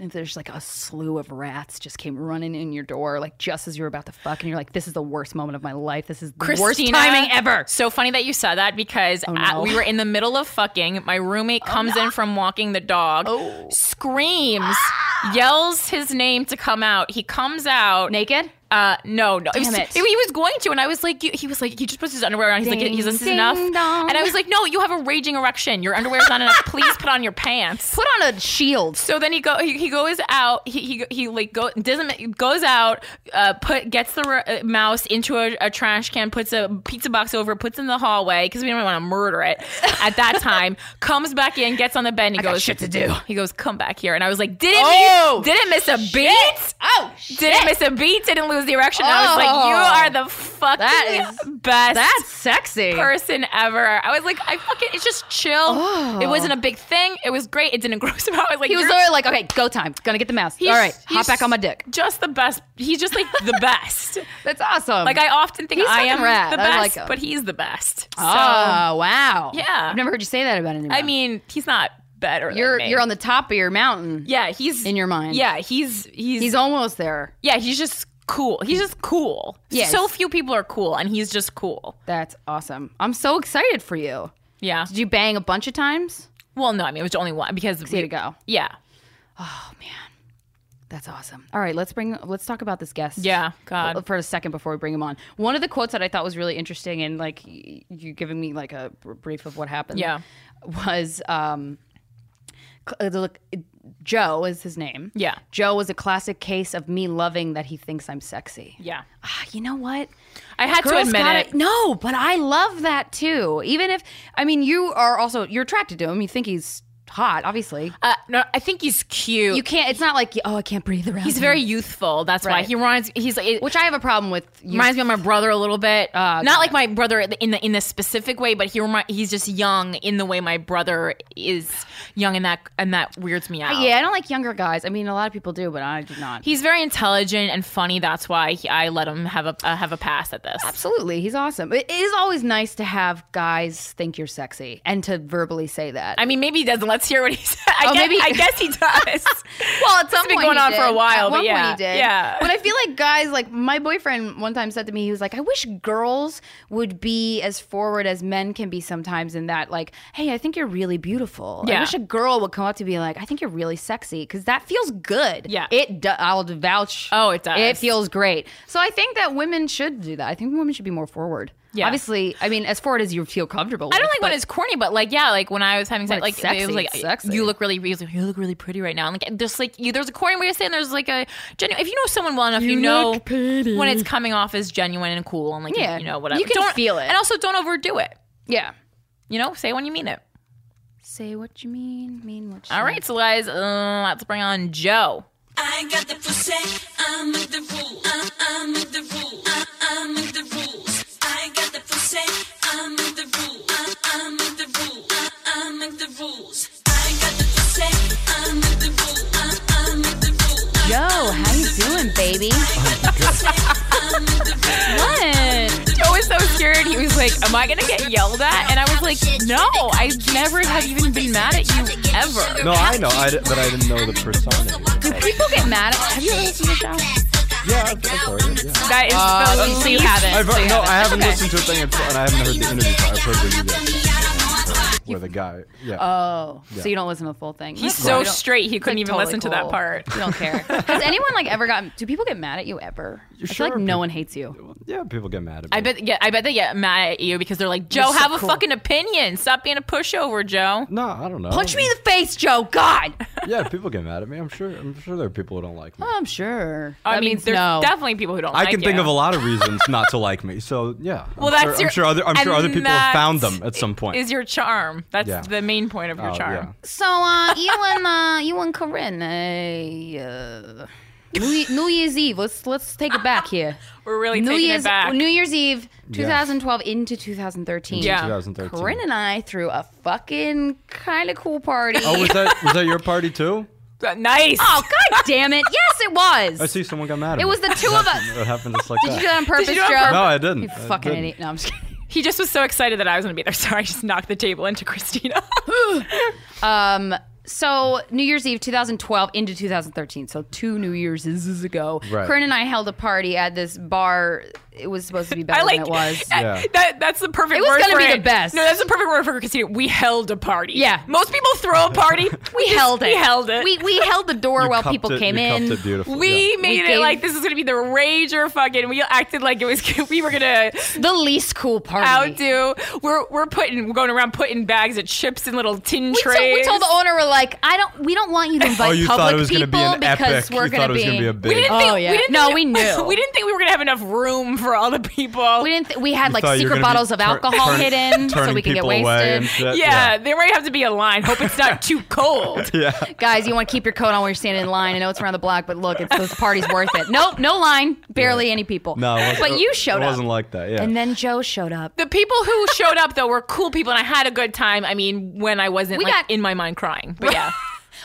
And if there's like a slew of rats just came running in your door, like just as you were about to fuck, and you're like, "This is the worst moment of my life. This is the worst
Christina,
timing ever." Oh,
So funny that you said that because
no. Oh,
uh, we were in the middle of fucking. My roommate comes in from walking the dog, screams,
Ah.
yells his name to come out. He comes out.
Naked?
Uh, no, no. He was-
Damn it.
He was going to, and I was like, you- he was like, he just puts his underwear on. He's like,
Ding,
he's this is
ding,
enough.
dong.
And I was like, no, you have a raging erection. Your underwear's not enough. Please put on your pants.
Put on a shield.
So then he go he, he goes out he he, he like go doesn't goes out uh put gets the r- uh, mouse into a, a trash can puts a pizza box over it, puts it in the hallway because we don't want to murder it at that time comes back in gets on the bed and he
got
goes
shit to do.
he goes come back here and I was like didn't
Oh,
miss, didn't miss a beat
Oh shit!
didn't miss a beat didn't lose the erection and I was
Oh.
like you are the fucking
That is-
best
That's sexy.
person ever. I was like, I fucking, it's just chill. It wasn't a big thing. It was great. It didn't gross him out. I was like,
Oh. He was
"You're
literally like, "Okay, go time. Gonna get the mouse. All
He's-
right, hop
he's
back on my dick."
Just the best. He's just like the best.
That's awesome.
Like I often think
He's
I
fucking
am
rad.
the
I
best,
like him.
but he's the best. So
Oh wow!
Yeah.
I've never heard you say that about anyone.
I mean, he's not better. than
you're
me.
you're on the top of your mountain.
yeah. He's
in your mind.
Yeah, he's he's,
He's almost there.
yeah. He's just cool. He's just cool.
Yes.
So few people are cool, and he's just cool.
That's awesome. I'm so excited for you.
Yeah.
Did you bang a bunch of times?
Well, no, I mean it was only one because
See to go.
Yeah.
That's awesome. All right, let's bring let's talk about this guest.
Yeah. God.
For a second before we bring him on. One of the quotes that I thought was really interesting and like y- you giving me like a br- brief of what happened.
Yeah.
Was um cl- uh, look Joe is his name.
Yeah.
Joe was a classic case of me loving that he thinks I'm sexy.
Yeah.
Ah, you know what?
I had to
Girls
admit
gotta-
it.
No, but I love that too. Even if I mean, you are also you're attracted to him. You think he's hot, obviously.
Uh, no, I think he's cute.
You can't. It's not like oh, I can't breathe around.
he's
him.
very youthful. That's why
Right.
he reminds. He's like it-
which I have a problem with. You,
reminds me of my brother a little bit.
Ah,
Not like my brother in the in the specific way, but he remi- he's just young in the way my brother is young, and that and that weirds me out.
yeah, I don't like younger guys. I mean, a lot of people do, but I do not.
he's very intelligent and funny. That's why he, I let him have a uh, have a pass at this.
Absolutely, he's awesome. It is always nice to have guys think you're sexy and to verbally say that.
I mean, maybe he doesn't. Let's hear what he said. I,
Oh,
guess,
maybe-
I guess he does.
well, at some
been
point
going
he
on for a
did.
while, but
At one
yeah,
point he did.
yeah.
But I feel like guys, like my boyfriend one time said to me, he was like, "I wish girls would be as forward as men can be sometimes in that, like, hey, I think you're really beautiful. I
Yeah.
wish a girl would come up to be like, I think you're really sexy, because that feels good.
Yeah.
it. Do- I'll vouch.
Oh, it does.
It feels great. So I think that women should do that. I think women should be more forward.
Yeah.
Obviously, I mean, as forward as you feel comfortable.
I don't like when it's corny, but like yeah, like when I was having sex,
When
like
it's
it
sexy,
was like
it's sexy.
you look really, he was like, you look really pretty right now. And like there's like you, there's a corny way to say, it, and there's like a genuine. If you know someone well enough, you, know
look pretty.
when it's coming off as genuine and cool, and like
Yeah.
you know whatever.
You can
Don't-
feel it.
and also don't overdo it.
Yeah.
You know, say when you mean it.
Say what you mean, mean what you
All right, so guys, uh, let's bring on Joe.
I got the pussy. I make the rules. I, I make the rules. I, I make the rules. I got the pussy. I make the rules. I, I make the rules. I, I make the rules. I got the pussy. I make the rules. I, I make the rules. I,
Yo, how you doing, baby? what?
Joe was so scared. He was like, Am I going to get yelled at? And I was like, No, I never have even been mad at you ever.
No, I know, I, d- but I didn't know the persona.
Do people get mad at? Have you ever listened to the show?
Yeah, I've, I've heard it. Yeah.
That is the least Uh, you haven't.
I've, uh,
So you
no, I haven't
Okay.
listened to a thing, and I haven't heard the interview. Part. I've heard the interview where the guy. Yeah.
Oh, so you don't listen to the full thing?
He's
That's
so
cool.
straight, he couldn't even
totally
listen to that
cool.
part.
You don't care. Has anyone like ever gotten? Do people get mad at you ever? I feel
sure
like no
peop-
one hates you.
yeah, people get mad at me.
I bet, yeah, I bet they get mad at you because they're like, Joe, have a fucking opinion. Stop being a pushover, Joe.
No, I don't know.
Punch me in the face, Joe. God.
Yeah, people get mad at me. I'm sure. I'm sure there are people who don't like me.
Oh, I'm sure.
I
That
mean,
means
there's
no.
definitely people who don't.
I
like
can think
you.
of a lot of reasons not to like me. So yeah.
Well,
I'm
that's
sure,
your-
I'm sure other. I'm sure
and
other people have found
that's-
them at some point.
Is your charm? That's
Yeah.
the main point of your
Oh,
charm.
So uh, you and uh, you and Corinne, uh, uh, New, Ye- New Year's Eve. Let's let's take it back here.
We're really
New
taking
Year's
it back.
New Year's Eve, 2012 into 2013.
Yeah.
yeah. 2013.
Corinne and I threw a fucking kind of cool party.
Oh, was that was that your party too?
Uh, nice.
Oh, god damn it! Yes, it was.
I see someone got mad at me.
It was the two of us.
It happened just like
Did you do
that.
that on purpose,
you do it on
Joe?
purpose?
No, I didn't.
You
I
fucking
didn't.
idiot. No, I'm just kidding.
He just was so excited that I was going to be there. Sorry, I just knocked the table into Christina.
Um, so New Year's Eve 2012 into 2013, so two New Year's Eves ago.
Right.
Corinne and I held a party at this bar. It was supposed to be better
I like
than it was.
Yeah.
That that's the perfect.
It was
word
gonna
for
be the best.
No, that's the perfect word for Christina. We held a party.
Yeah.
Most people throw a party.
We held it.
We held it.
We, we held the door
You
while
cupped
people
it-
came
you cupped
in.
It beautiful.
We
yeah.
made it
gave-
like this is gonna be the rage or fucking. We acted like it was. We were gonna
The least cool party.
outdo. We're we're putting. We're going around putting bags of chips in little tin
we, told,
trays.
we told the owner we're like, I don't. We don't want you to invite
Oh, you
public
thought it was
people
going to be an
because
epic.
we're
you thought it was going to be a
we
big.
didn't
Oh,
think,
yeah.
we didn't
No,
think-
we knew.
We didn't think we were gonna have enough room for all the people.
We didn't. Th- we had
You
like
thought you were
secret
gonna be
bottles of
turn-
alcohol
turn-
hidden, so
turning
we could get
people away and
wasted.
shit.
yeah, there might have to be a line. Hope it's not too cold.
Guys, you want to keep your coat on when you're standing in line. I know it's around the block, but look, it's those parties worth it. Nope, no line, barely any people.
No, it wasn't-
but you showed
It
up,
wasn't like that. Yeah.
and then Joe showed up.
The people who showed up though were cool people, and I had a good time. I mean, when I wasn't
We
like
got-
in my mind crying, but yeah.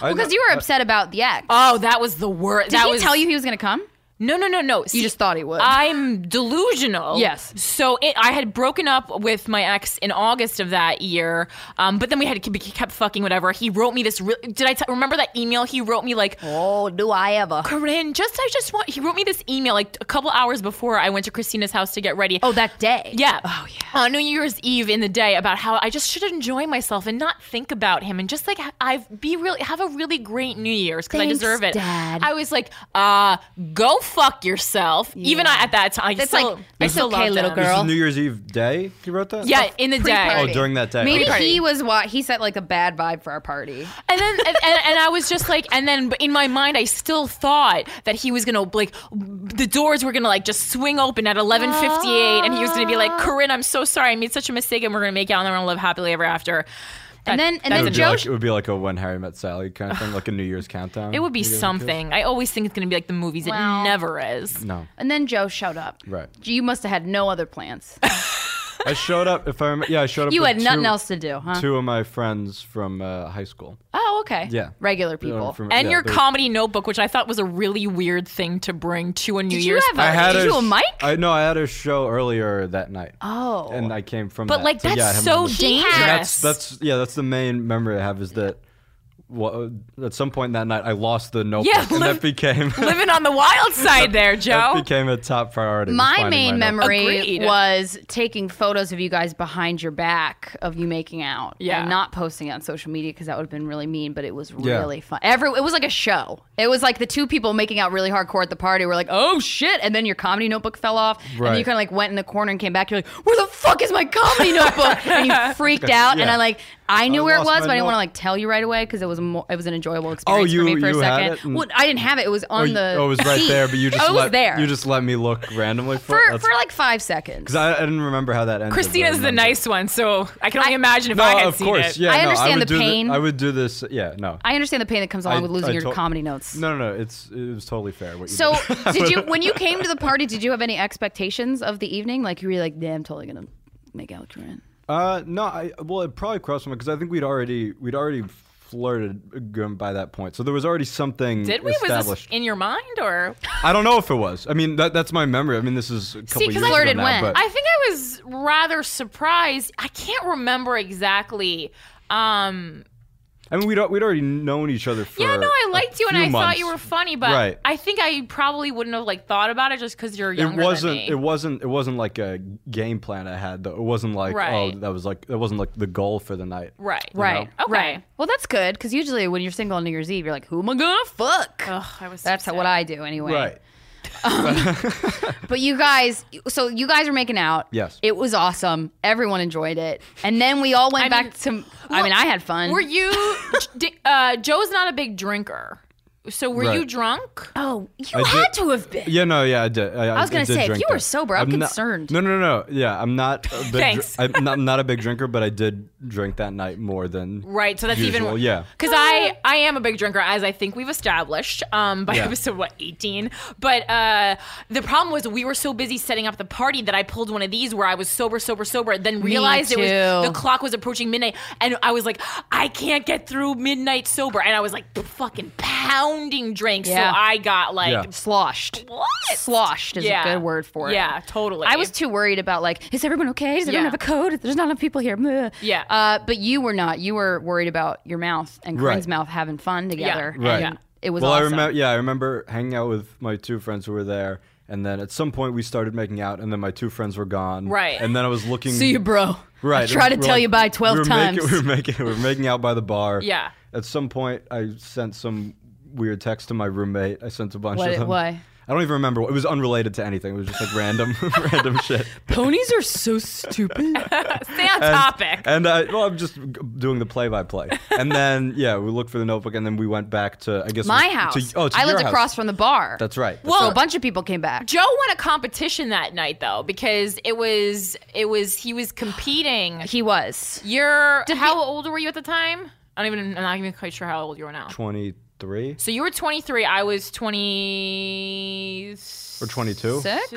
I
Because
know-
you were
I-
upset about the act.
oh, that was the worst.
Did
that
he
was
tell you he was going to come?
No, no, no, no.
You just thought he would.
I'm delusional.
Yes.
So it, I had broken up with my ex in August of that year, um, but then we had we kept fucking whatever. He wrote me this. Re- Did I t- remember that email? He wrote me like,
oh, do I ever?
Corinne, just I just want. He wrote me this email like a couple hours before I went to Christina's house to get ready.
Oh, that day.
Yeah. Oh yeah. On New Year's Eve in the day about how I just should enjoy myself and not think about him and just like I've be really have a really great New Year's because I
Thanks,
deserve it.
Dad.
I was like, uh, go fuck yourself. Even I, at that time, I
That's
still,
like,
I
it's
still
okay,
loved
little
him.
This
girl.
is New Year's Eve day. You wrote that.
Yeah, in the
Oh,
Pre-party.
day.
during that day.
Maybe
Okay.
he was what he set like a bad vibe for our party.
And then and, and, and I was just like, and then but in my mind, I still thought that he was gonna like the doors were gonna like just swing open at eleven fifty eight, and he was gonna be like, Corinne, I'm so sorry, I made such a mistake, and we're gonna make out and then we're gonna live happily ever after.
And
That-
then and
that's
It
then
would, be
Joe
like, it would be like a When Harry Met Sally kind of thing, like a New Year's countdown.
It would be
You guys
something. I always think it's going to be like the movies.
Well-
it never is.
could- No,
and then Joe showed up.
Right.
You must have had no other plans.
I showed up. If I remember, yeah, I showed up.
You
with
had nothing
two-
else to do, huh?
Two of my friends from uh, high school.
Oh, okay.
Yeah.
Regular
They're
people.
from-
And
yeah,
your
they're-
comedy notebook, which I thought was a really weird thing to bring to a New
Did you
Year's.
have a-
I had
Did
a,
you do a
sh-
mic?
I no, I had a show earlier that night.
Oh.
and I came from.
but
that.
like that's
yeah, I have
so
my-
dangerous.
And that's that's yeah, that's the main memory I have is that. Well, at some point that night, I lost the notebook,
Yeah,
and
live-
that became
living on the wild side there, Joe.
that became a top priority. was
my
finding
main
my notebook.
memory
Agreed.
was taking photos of you guys behind your back of you making out
Yeah.
and not posting it on social media because that would have been really mean but it was
Yeah.
really fun every it was like a show it was like the two people making out really hardcore at the party were like oh shit and then your comedy notebook fell off and then
Right.
you kind of like went in the corner and came back you're like where the fuck is my comedy notebook and you freaked out and
Yeah.
i like i knew
I
where it
lost
was
my
but i didn't want to
note- Oh,
like tell you right away because it was was more, it was an enjoyable experience
you-
for me for a
you had
second.
it and-
well, I didn't have it. It was on
you-
the.
oh, it was right
seat.
there, but you just
I was
let,
there.
you just let me look randomly for,
for
that's-
for like five seconds.
'cause I, I didn't remember how that ended. but I
Christina's the
remember.
nice one, so I can only imagine if
No,
I had
of
seen
course,
it.
yeah.
I
no,
understand
would
the
do thi-
pain.
I would do this. Yeah, no.
I understand the pain that comes along with losing
I
your
to-
comedy notes.
No, no, no. It's it was totally fair. What you
So
did.
did you when you came to the party? Did you have any expectations of the evening? Like you were like, "Damn, I'm totally gonna make out with Corinne."
Uh, no, I well, it probably crossed my because I think we'd already we'd already flirted going by that point, so there was already something
Did we? Was this
established.
in your mind or?
I don't know if it was. I mean, that, that's my memory. I mean, this is a couple
See,
years
'cause
ago
I
flirted
now,
when?
but
I think I was rather surprised. I can't remember exactly. Um,
I mean, we'd al- we'd already known each other for
yeah, no, I
a
liked you, and
few
I thought you were
months.
funny, but
Right.
I think I probably wouldn't have like thought about it just because you're
It
younger
wasn't.
than me.
It wasn't. It wasn't like a game plan I had. Though it wasn't like
Right.
oh, that was like that wasn't like the goal for the night.
right, Oh,
Right.
Okay.
Right. Well, that's good because usually when you're single on New Year's Eve, you're like, "Who am I gonna fuck?"
Ugh, I was. so
That's how,
sad.
what I do anyway.
Right.
But you guys, so you guys were making out.
Yes.
It was awesome. Everyone enjoyed it, and then we all went
I
back
mean-
to. I mean, I had fun.
Were you? di- uh, Joe's not a big drinker, so were you
Right.
drunk?
oh, you
I
had
did-
to have been.
Yeah, no, yeah, I did. I, I
was gonna
did
say, if
drink
you were
that.
sober, I'm
not-
concerned.
no, no, no, no. Yeah, I'm not. A big dr-
Thanks.
I'm not, I'm not a big drinker, but I did drink that night more than
Right, so that's
usual,
even
yeah.
Because I I am a big drinker, as I think we've established um, by
Yeah.
episode what eighteen. But uh, the problem was we were so busy setting up the party that I pulled one of these where I was sober, sober, sober. Then realized it was
too.
the clock was approaching midnight, and I was like, I can't get through midnight sober, and I was like fucking pounding drinks.
Yeah.
So I got like
Yeah.
sloshed.
what?
Sloshed is
Yeah.
a good word for it.
Yeah, totally.
I was too worried about like, is everyone okay? Does
Yeah.
everyone have a code? There's not enough people here. Bleh.
Yeah.
Uh, but you were not. You were worried about your mouth and Corinne's
Right.
mouth having fun together.
Right.
And
Yeah.
It was
well,
awesome.
I remember. Yeah, I remember hanging out with my two friends who were there, and then at some point we started making out, and then my two friends were gone.
Right.
And then I was looking.
See you, bro.
Right.
I tried to
we're
tell
like-
you bye twelve
we were
times.
Making, we were making we were making out by the bar.
Yeah.
At some point, I sent some weird text to my roommate. I sent a bunch
What-
of them.
why?
I don't even remember. It was unrelated to anything. It was just like random, random shit.
Ponies are so stupid.
stay on topic.
And I, well, I'm just doing the play-by-play. And then, yeah, we looked for the notebook, and then we went back to, I guess,
My
to-
house.
oh, to
I lived
your house.
across from the bar.
That's right. That's
So a
right.
bunch of people came back.
Joe won a competition that night though because it was it was he was competing.
He was.
You're how old were you at the time? I don't even I'm not even quite sure how old you are now.
23
So you were 23. I was 20.
or 22.
Six?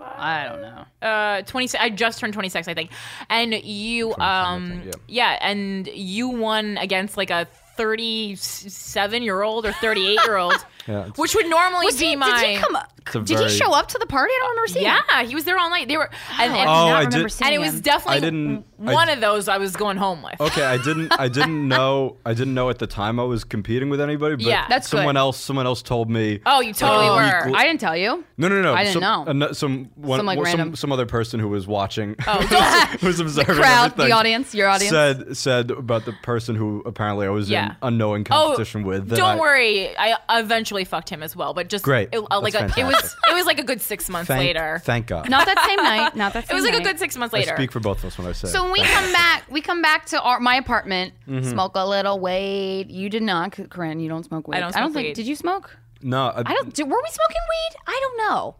I don't know.
Uh, 26. I just turned 26, I think. And you,
27, I
um,
think,
yeah, and you won against like a 37 year old or 38 year old,
Yeah, it's-
which would normally
Was
be
he,
my.
did he come up?
a
Did he
very-
show up to the party? I don't remember seeing him.
Yeah, he was there all night. They were, and, and,
Oh,
I do not
I
remember
did-
seeing
and it
him.
was definitely
I didn't- I-
one of those I was going home with.
Okay, I didn't. I didn't know. I didn't know at the time I was competing with anybody. But
Yeah. That's
someone
good.
else. Someone else told me.
Oh, you totally
a
were.
week-
I didn't tell you.
No, no, no.
I didn't
some,
know.
ano- some, one,
Some, like,
well, some
random-
some other person who was watching.
Oh, don't-
who was observing
crowd, the
everything,
audience, your audience.
said said about the person who apparently I was
Yeah.
in unknowing
Oh,
competition with. that
Oh, Don't
I-
worry, I eventually fucked him as well, but just
Great.
It, uh, like
That's
a, it was,
fantastic.
it was like a good six months
Thank,
later.
Thank God.
Not that same night. Not that
it
same
was like a
night.
good six months
I
later.
speak for both of us when I say.
So when we
thank
come back, we come back to our, my apartment, smoke a little weed. You did not, C- Corinne. You don't smoke weed.
don't smoke
think.
weed.
Did you smoke?
God. No, I,
I don't. Did, were we smoking weed? I don't know.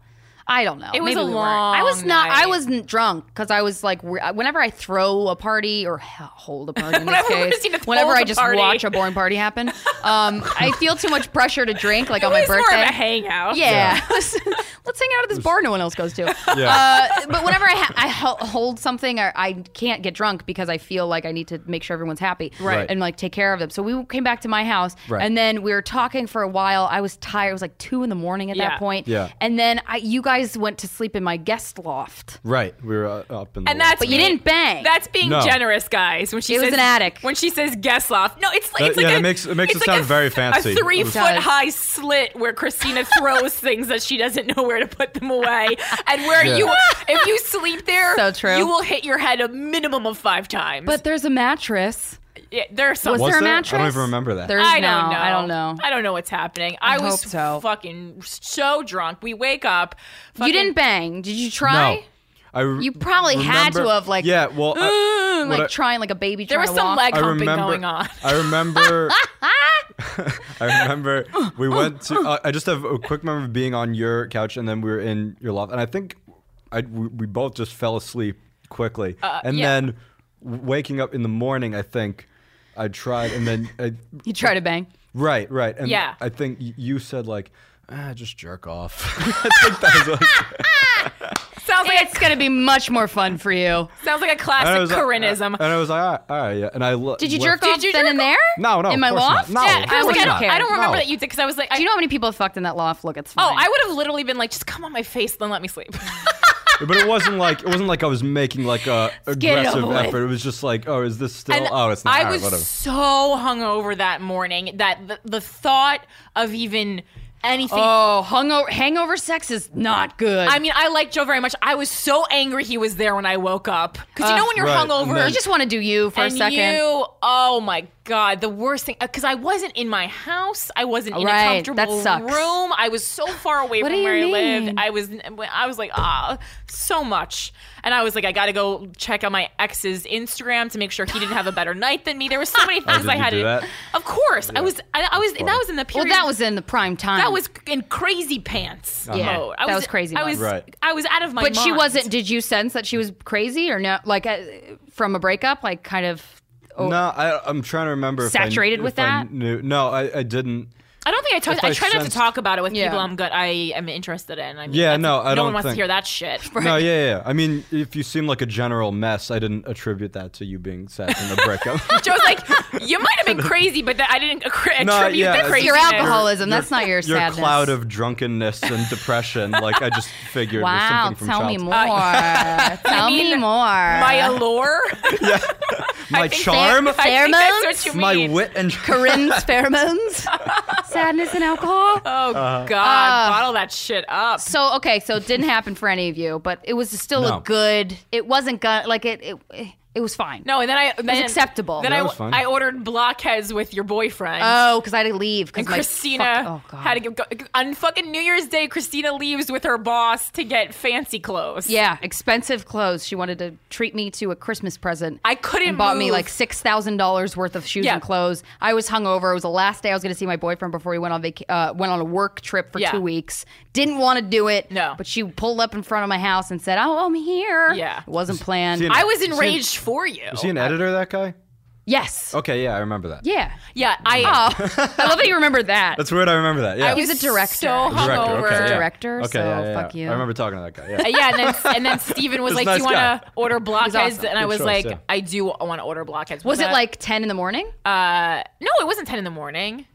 I don't know.
It was
Maybe
a
we weren't. I was
long
not. I
night.
wasn't drunk because I was like, we- whenever I throw a party or h- hold a party in this
Whenever
case,
Christina
whenever
holds
I
a
just
party.
watch a boring party happen, um, I feel too much pressure to drink like on
It
my
was more
birthday.
of a hangout.
Yeah. Let's hang out at this bar no one else goes to.
Yeah.
Uh, but whenever I, ha- I hel- hold something, I, I can't get drunk because I feel like I need to make sure everyone's happy
Right.
and like take care of them. So we came back to my house
Right.
and then we were talking for a while. I was tired. It was like two in the morning at
Yeah.
that point.
Yeah.
And then I, you guys went to sleep in my guest loft.
Right, we were uh, up in. the
And that's
But
lobby.
you
being-
didn't bang.
That's being
No.
generous, guys. When she
It was
says
an attic.
when she says guest loft, no, it's like
That-
it's like
Uh, yeah,
a,
that makes- it makes
it's
it
like
sound
a,
very
a
fancy.
three
It
foot
was-
high slit where Christina throws things that she doesn't know where to put them away, and where
Yeah.
you if you sleep there,
So true.
you will hit your head a minimum of five times.
But there's a mattress.
yeah, there's some.
Was
Was
there a
there? I don't
mattress?
even remember that.
There's
I don't
no-
know.
I don't know.
I don't know what's happening. I, was
hope so.
fucking so drunk. We wake up.
you
fucking-
didn't bang. Did you try?
No. I re-
You probably had
remember-
to have, like,
yeah well I,
like
I-
trying like a baby.
There
trying
was
to
some
walk.
leg
I
humping
remember.
going on.
I remember. I remember we went to. uh, I- I just have a quick memory of being on your couch, and then we were in your loft, and I think I we, we both just fell asleep quickly,
Uh,
and
yeah.
then w- waking up in the morning, I think I tried, and then I,
You try to bang.
right, right, and
Yeah.
I think y- you said like, ah, just jerk off. I think that was like,
Sounds like
It's gonna be much more fun for you.
a, sounds like a
and I
classic
was like-
Corinism.
and I was like, all right, all right yeah, and I lo-
Did you
left-
jerk off
Did you
then
jerk
and
off?
there?
No, no,
in
of
my
course not.
loft.
No,
yeah,
of
I, was
course
like, I
not.
don't, I don't
No.
remember that you did because I was like, I,
Do you know how many people have fucked in that loft? Look, it's fine.
oh, I would have literally been like, just come on my face, then let me sleep.
but it wasn't like it wasn't like I was making like a
get it
aggressive
over with.
effort. It was just like, oh, is this still?
And
oh, it's not.
I
all right,
was
whatever.
so hungover that morning that the, the thought of even anything.
Oh, hungover, hangover sex is not good.
I mean, I like Joe very much. I was so angry he was there when I woke up because you know when you're
Right,
hungover,
and then-
you just want to do you for
and
a second.
you, oh my god, the worst thing because I wasn't in my house. I wasn't in
Right,
a
that
comfortable
sucks.
room. I was so far away
What
from
do
where
you
I lived.
mean?
I was, I was like, ah, so much. And I was like, I got to go check on my ex's Instagram to make sure he didn't have a better night than me. There were so many things
Oh, did
I
you
had
do
to.
that?
Of course, I was. I, I was.
That's
That
funny.
was in the
well,
period.
that was in the prime time.
That was in crazy pants
Yeah,
mode.
that was crazy
I
mode.
was.
Right.
I was out of my.
But she
mind.
wasn't. Did you sense that she was crazy or no? Like uh, from a breakup, like kind of. Oh,
No, I, I'm trying to remember. if I-
Saturated with
if I
that?
knew- no, I, I didn't.
I don't think I talked.
If
I,
I
try not to
sensed-
talk about it with
Yeah.
people I'm good. I am interested in. I mean,
Yeah,
that's-
no, I
no
don't
one wants to
think-
hear that shit.
No, yeah, yeah, yeah. I mean, if you seem like a general mess, I didn't attribute that to you being sad in the breakup.
Joe's like, you might have been crazy, but that I didn't accru- attribute
No, yeah,
the
it's-
crazy.
your alcoholism. that's not your,
Your
sadness.
cloud of drunkenness and depression, like I just figured was
Wow,
something from
tell me
childhood.
more. tell me
mean,
more.
My allure,
My charm,
that-
I think that's what you
my
mean.
wit, and
Corinne's pheromones, sadness, and alcohol.
Oh
Uh-huh.
God,
Ah.
bottle that shit up.
So okay, so it didn't happen for any of you, but it was still
No.
a good. It wasn't good. Like it, it, it was fine.
No, and then I then,
acceptable.
Then
Yeah,
I
it was fine.
I ordered blockheads with your boyfriend.
Oh, because I had to leave. Because
and Christina
oh god.
had to go, unfucking New Year's Day. Christina leaves with her boss to get fancy clothes.
yeah, expensive clothes. She wanted to treat me to a Christmas present.
I couldn't
And bought me
move.
like six thousand dollars worth of shoes
Yeah.
and clothes. I was hungover. It was the last day I was going to see my boyfriend before he went on vac- uh, went on a work trip for
Yeah.
two weeks. Didn't want to do it.
No.
but she pulled up in front of my house and said, "Oh, I'm here."
Yeah.
it wasn't planned.
See,
I was
Is he an-
enraged for you.
was he an editor? That guy?
yes.
Okay, yeah, I remember that.
Yeah.
Yeah, I.
Oh, I love that you remember that.
That's weird. I remember that. Yeah,
I
He was a director.
So
A
director.
hungover.
Okay, yeah.
Director,
Okay,
so
yeah, yeah,
fuck
yeah.
you.
I remember talking to that guy. Yeah.
Uh, Yeah, and then and then Steven was
He's
like,
a
"Do
nice
you want to
guy.
order blockheads?"
awesome.
And I
Good
was
choice,
like,
yeah.
"I do want to order blockheads."
was it
but,
like ten in the morning?
Uh, no, it wasn't ten in the morning.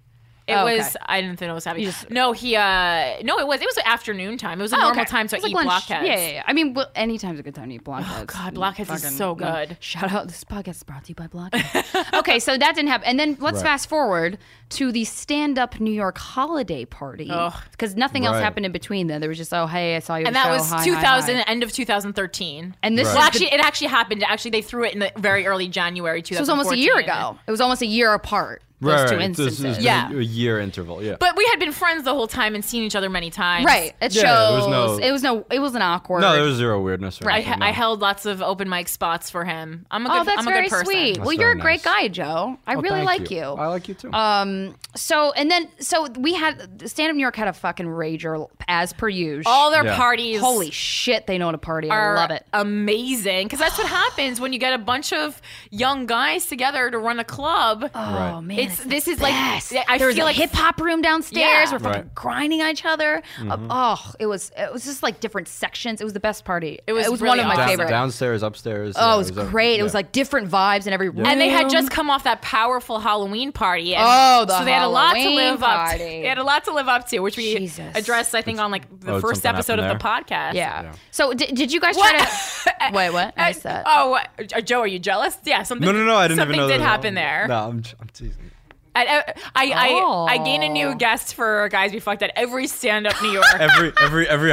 It
Oh, okay.
was. I didn't think it was happening. No, he. uh No, it was. It was afternoon time. It
Oh,
was a normal time to
It's
eat
lunch.
blockheads.
Yeah, yeah, yeah. I mean, well, anytime's a good time to eat blockheads. Oh
God, blockheads is so good.
Shout out! This podcast is brought to you by Blockheads. okay, so that didn't happen. And then let's
Right.
fast forward to the stand-up New York holiday party
Ugh.
because nothing else
Right.
happened in between. Then there was just oh hey, I saw you.
And that was 2000, end of 2013.
And this
Right.
was
well,
the-
actually, it actually happened. Actually, they threw it in the very early January 2014.
it was almost a year ago. It was almost a year apart. Those
Right,
two
right. This
instances.
is the-
Yeah.
a year interval. Yeah.
But we had been friends the whole time and seen each other many times.
Right. It
Yeah, there was
shows.
no-
it was no. It wasn't awkward.
no, there was zero weirdness. Or
I,
anything, no.
I held lots of open mic spots for him. I'm a good.
oh, that's
I'm a
very
good person.
sweet. well,
That's
you're a
very
great
nice.
guy, Joe. I
Oh,
really
thank
like you.
I like you too.
Um. So and then so we had stand up New York had a fucking rager as per usual.
All their
Yeah.
parties.
holy shit, they know how to party. I
are
love it.
amazing because that's what happens when you get a bunch of young guys together to run a club.
Oh
Right.
man,
it's
the
this is
best.
like I
there was
feel
a
like
hip hop room downstairs.
Yeah.
We're fucking
Right. Mm-hmm.
grinding on each other. Um, oh, it was it was just like different sections. It was the best party. It
was
was
really
one of my
Down-
awesome.
favorite.
Downstairs, upstairs.
Oh,
yeah,
it was
every-
great. It was
yeah.
like different vibes in every room.
And they had just come off that powerful Halloween party. And
Oh, the
so they had a lot to
Halloween
live up. To.
party.
They had a lot to live up to, which we
Jesus.
addressed, I think, on like the
Oh,
first
something
episode of
happened
the podcast.
yeah.
Yeah.
So did, did you guys
What?
try to wait? What I missed that.
Oh, what- uh, Joe, are you jealous? Yeah, something.
No, no, no! I didn't
something
even know
did
that.
happen there.
No, I'm, j- I'm teasing.
At, ev- I,
Oh.
I I gain a new guest for guys we fucked at every stand up New York.
every every every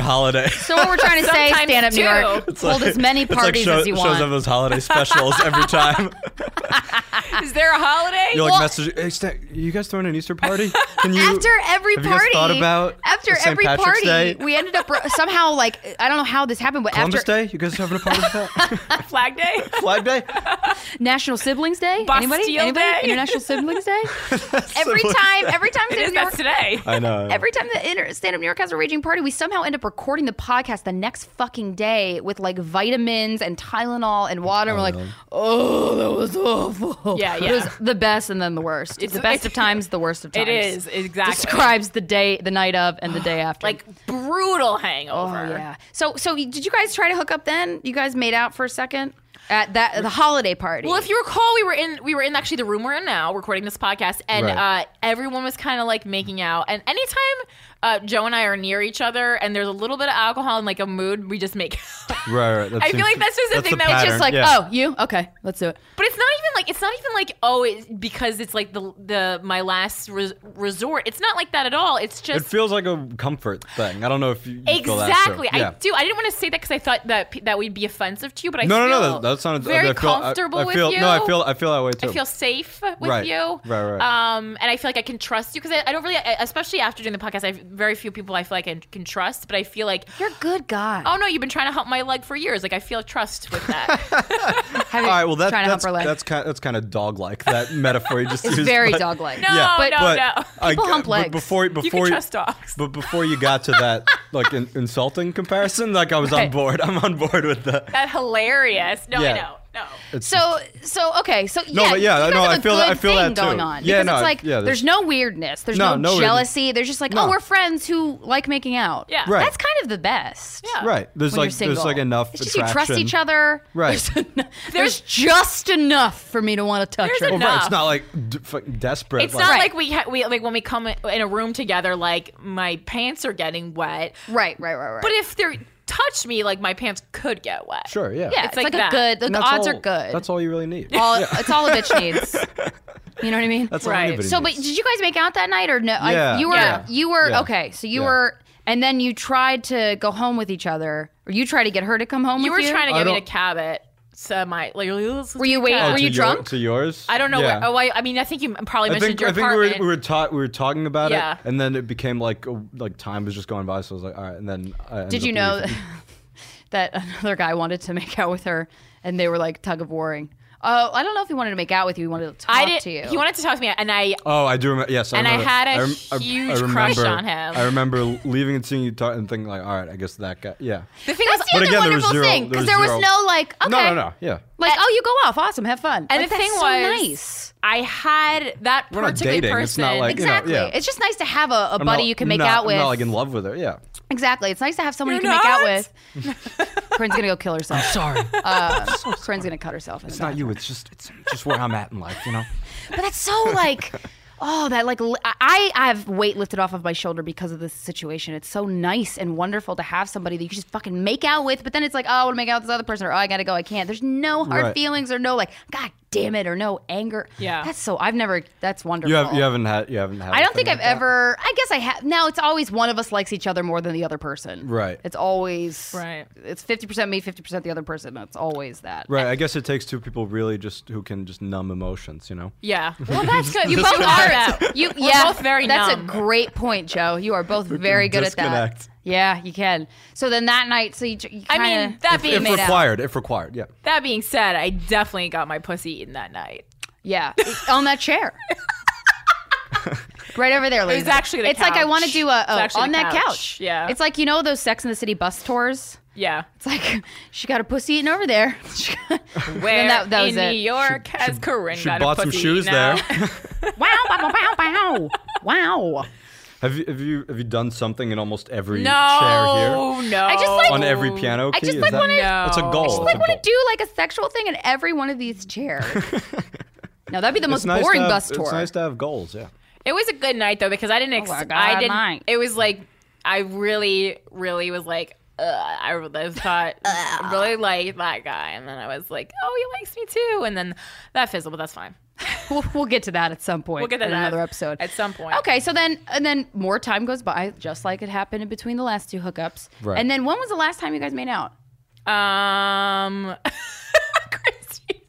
holiday.
So what we're trying to say,
Sometimes
stand up New
two.
York,
It's
hold as many parties
it's like show-
as you
Shows up
want.
those holiday specials every time.
Is there a holiday?
You're like
Well-
message. Hey, Stan, you guys throwing an Easter party? Can you?
After every
have you guys
party,
thought about
after
St.
every
Patrick's
party,
Day?
we ended up somehow like I don't know how this happened, but
Columbus
after
Day? You guys having a party? for that?
Flag Day?
Flag Day?
National Siblings Day,
Bastille
anybody, anybody,
Day.
International Siblings Day. every
Siblings-
time, every time
It
Stand Up
is
New York,
that's today.
I know.
every time the inter- Stand Up New York has a raging party, we somehow end up recording the podcast the next fucking day with like vitamins and Tylenol and water. And we're like, oh, that was awful.
Yeah,
It
yeah.
was the best and then the worst. It's the best
it's-
of times, the worst of times.
It is exactly
Describes the day, the night of, and the day after.
like brutal
oh
hangover.
yeah. So, so did you guys try to hook up then? You guys made out for a second at that the holiday party.
Well, if you recall, we were in we were in actually the room we're in now, recording this podcast, and
Right.
uh, everyone was kind of like making out. And anytime uh, Joe and I are near each other, and there's a little bit of alcohol and like a mood, we just make.
Right, right. that
I feel
seems-
like that's just a
that's
thing
the
that was
it's
just
like,
pattern,
oh,
yeah.
you okay? Let's do it.
But it's not even like it's not even like oh it, because it's like the the my last res- resort. It's not like that at all. It's
It
just
feels like a comfort thing. I don't know if you you feel that. so,
exactly.
yeah.
I do. I didn't want to say that because I thought that pe- that would be offensive to you. But I
No, no,
feel
no. That, that sounded
very
I feel, I-
comfortable
I, feel,
with you.
No, I feel. I feel that way too.
I feel safe with
Right.
you.
Right, right.
Um, and I feel like I can trust you because I, I don't really, I, especially after doing the podcast, I have very few people I feel like I can trust. But I feel like,
You're a good guy.
oh no, you've been trying to help my leg for years. Like I feel trust with that.
Have
All
you-
right. Well, that,
trying to
that's
help her leg.
that's kind that's kind of dog like that metaphor you just
It's
used.
very
but-
dog-like.
No, no,
Yeah, but
no.
I-
People hump
but
legs.
Before
you can
before
trust dogs.
But before you got to that like in, insulting comparison, like I was
Right.
on board. I'm on board with that.
That's hilarious. No, I
Yeah.
know. No.
It's
So so okay so
No,
yeah,
but yeah,
you guys
no,
have
I
a
feel
good
that- I feel
thing
that too.
going on
Yeah,
because
no,
it's like
yeah,
there's,
there's-
no weirdness there's no,
No, no
jealousy there's just like oh
No.
we're friends who like making out
Yeah.
Right.
that's kind of the best
Yeah.
right. There's
when
like
you're single
there's like enough
it's just
attraction.
you trust each other
Right.
there's, en- there's just enough for me to want to touch
There's
her
Well, right,
enough.
It's not like d- fucking desperate.
It's
like,
not
Right.
like we ha- we like when we come in a room together. Like my pants are getting wet,
right right right right
but if they touch me, like my pants could get wet.
sure. Yeah.
yeah
it's
it's,
like
like,
that.
a good
And
the
that's
odds
all-
are good
That's all you really need.
all it's all a bitch needs you know what I mean
That's
Right.
all anybody
So, but
needs.
did you guys make out that night or no? I,
Yeah.
you were,
Yeah.
you were
Yeah.
okay. So you
Yeah.
were, and then you tried to go home with each other, or you tried to get her to come home
You were
with you.
trying to
I
get me to
don't-
Cabot, so my like. Were
you wait- were
Oh, to
you
your-
drunk?
to yours?
I don't know.
Yeah.
Where, oh, I, I mean, I think you probably
I
mentioned
think
your
I think we were,
apartment.
we were ta- we were talking about
Yeah.
it, and then it became like oh, like time was just going by. So I was like, all right, and then I ended
Did you
up
know
leaving.
that another guy wanted to make out with her, and they were like tug of warring? Oh, I don't know if he wanted to make out with you. He wanted to talk
I didn't.
to you.
He wanted to talk to me, and I.
Oh, I do remember. Yes, I
And I
remember.
had a
rem-
huge crush
remember-
on him.
I remember leaving and seeing you talk and thinking like, all right, I guess that guy. Yeah.
The thing was,
That's the
But
other
again, there was
wonderful
zero-
thing
there
because
was
there was
zero-
no like, okay,
No, no, no. Yeah.
like oh, you go off, awesome, have fun.
and
Like,
the
that's
thing
so
was,
nice.
I had that
We're not
particular
dating,
person.
it's not like- you know,
Exactly.
yeah.
It's just nice to have a, a
I'm
buddy
not-
you can make
not-
out with.
I'm not like in love with her. Yeah.
Exactly. It's nice to have someone you
You're
can make out
not?
with. Corinne's gonna go kill herself.
Sorry.
Uh, Corinne's gonna cut herself. In
it's
the
not you. It's just it's just where I'm at in life. You know.
bathroom. But that's so like, oh, that like li- I I have weight lifted off of my shoulder because of this situation. It's so nice and wonderful to have somebody that you can just fucking make out with. But then it's like, oh, I want to make out with this other person, or oh, I gotta go, I can't. There's no hard
Right.
feelings or no like, god damn it, or no anger.
Yeah.
that's so. I've never. That's wonderful.
You have you haven't had you haven't had.
I don't
anything
think I've
like that?
ever. I guess I have. Now it's always one of us likes each other more than the other person.
Right.
It's always
Right.
It's fifty percent me, fifty percent the other person. It's always that.
Right. I guess it takes two people really just who can just numb emotions. You know.
yeah.
Well, that's good. You
You
both
two
are.
are that.
You,
We're
yeah,
both very
That's
numb.
a great point, Joe. You are both very good at that.
disconnect.
Yeah, you can. So then that night, so you. j- you
I
kinda,
mean, that
If
being
made out.
required, if required, yeah.
that being said, I definitely got my pussy eaten that night.
Yeah, on that chair. Right over there, ladies.
was actually the
It's like I
couch.
want to do a,
It's
a
actually
on
the
that
couch.
couch.
Yeah.
It's like you know those Sex in the City bus tours.
Yeah.
It's like she got a pussy eating over there.
Where
that- that was
in
it.
New York has Corinne
She
got
bought
a
some
pussy
shoes
eaten out?
there.
wow, wow, wow, wow, wow.
have you have you have you done something in almost every chair here?
No, no.
I just like-
on every piano key.
I just
Is
like
that-
wanna-
No.
It's a goal.
I just
I
It's
like
a
want
goal.
to do like a sexual thing in every one of these chairs. now that'd be the most
It's nice to
boring
have-
bus tour.
It's nice to have goals. Yeah.
It was a good night though because I didn't. Ex-
Oh my God,
I didn't.
night.
It was like I really, really was like. Ugh, I really thought I really liked that guy, and then I was like, "Oh, he likes me too," and then that fizzled, but that's fine.
we'll, we'll get to that at some point.
We'll get to
in
that
another episode
at some point.
Okay, so then and then more time goes by, just like it happened in between the last two hookups.
Right.
And then when was the last time you guys made out?
Um, Christina.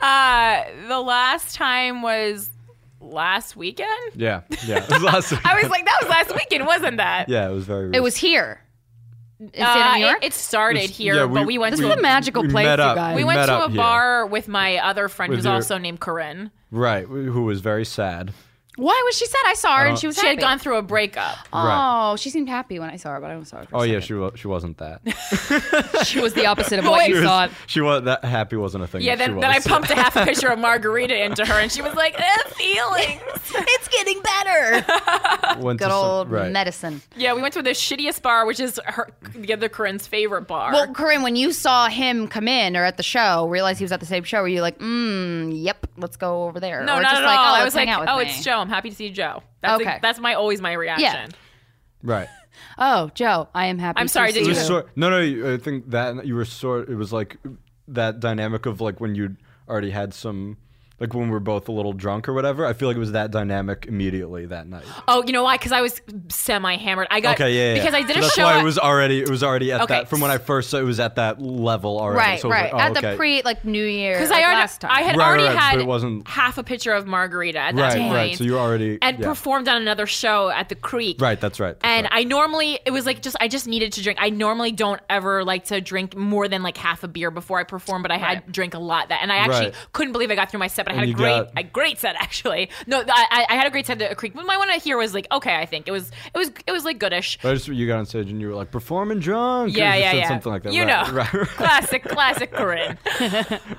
Uh, the last time was last weekend.
Yeah, yeah. It was last
I was like, that was last weekend, wasn't that?
yeah, it was very.
It
recent.
was here. In
Uh,
New York?
It, it started
It's-
here,
yeah,
but we went
This
to
is
a,
a magical place,
met
you
up-
guys.
we went to
met
a
up here.
bar with my other friend
With
who's
your-
also named Corinne.
right? Who was very sad.
Why was she sad? I saw her and
Uh,
she was
She had
happy.
gone through a breakup.
Oh, she seemed happy when I saw her, but I don't saw her. For a
Oh yeah,
second.
she wa- she wasn't that.
she was the opposite of what
she
you
was,
thought.
She was that happy wasn't a thing.
Yeah,
that she
then, then I
was.
pumped a half a pitcher of margarita into her, and she was like, eh, feelings.
It's getting better.
Went to
Good
some-
old
right.
medicine.
yeah, we went to the shittiest bar, which is her, the other Corinne's favorite bar.
Well, Corinne, when you saw him come in or at the show, realize he was at the same show, were you like, mm, yep, let's go over there?
no,
or
not
just
at
like,
all.
Oh,
I
let's
was
hang
like,
out with
oh,
me.
it's Joe. I'm happy to see Joe. That's
Okay.
okay. that's my always my reaction.
Right.
Oh, Joe, I am happy.
I'm
to
sorry,
see
did
It
you-
was
Yeah.
sort. No, no. you- I think that you were sort. It was like that dynamic of like when you already had some. Like when we were both a little drunk or whatever, I feel like it was that dynamic immediately that night.
Oh, you know why? Because I was semi hammered. I got
Okay, yeah, yeah.
because I did
so
a
that's
show.
why
at-
it was already it was already at
Okay.
that from when I first saw it was at that level already.
Right,
so it was
right.
like, oh,
at the
okay.
pre, like, New Year.
because
like,
I already,
last time.
I had
Right,
already
right,
had
but it wasn't-
half a pitcher of margarita at that
Right,
point,
right. So you were already
and
yeah.
performed on another show at the Creek.
Right, that's right. that's
And
right.
I normally it was like just I just needed to drink. I normally don't ever like to drink more than like half a beer before I perform, but I had drank a lot that, and I actually
Right.
couldn't believe I got through my set. But I had
And
a
you
great
got-
a great set actually. No, I, I had a great set at the Creek. But my one here was like okay, I think it was it was it was like goodish.
But I just you got on stage and you were like performing drunk. or
Yeah,
you
yeah,
said
yeah.
Something like that.
You
right,
know,
Right, right.
classic, classic Corinne.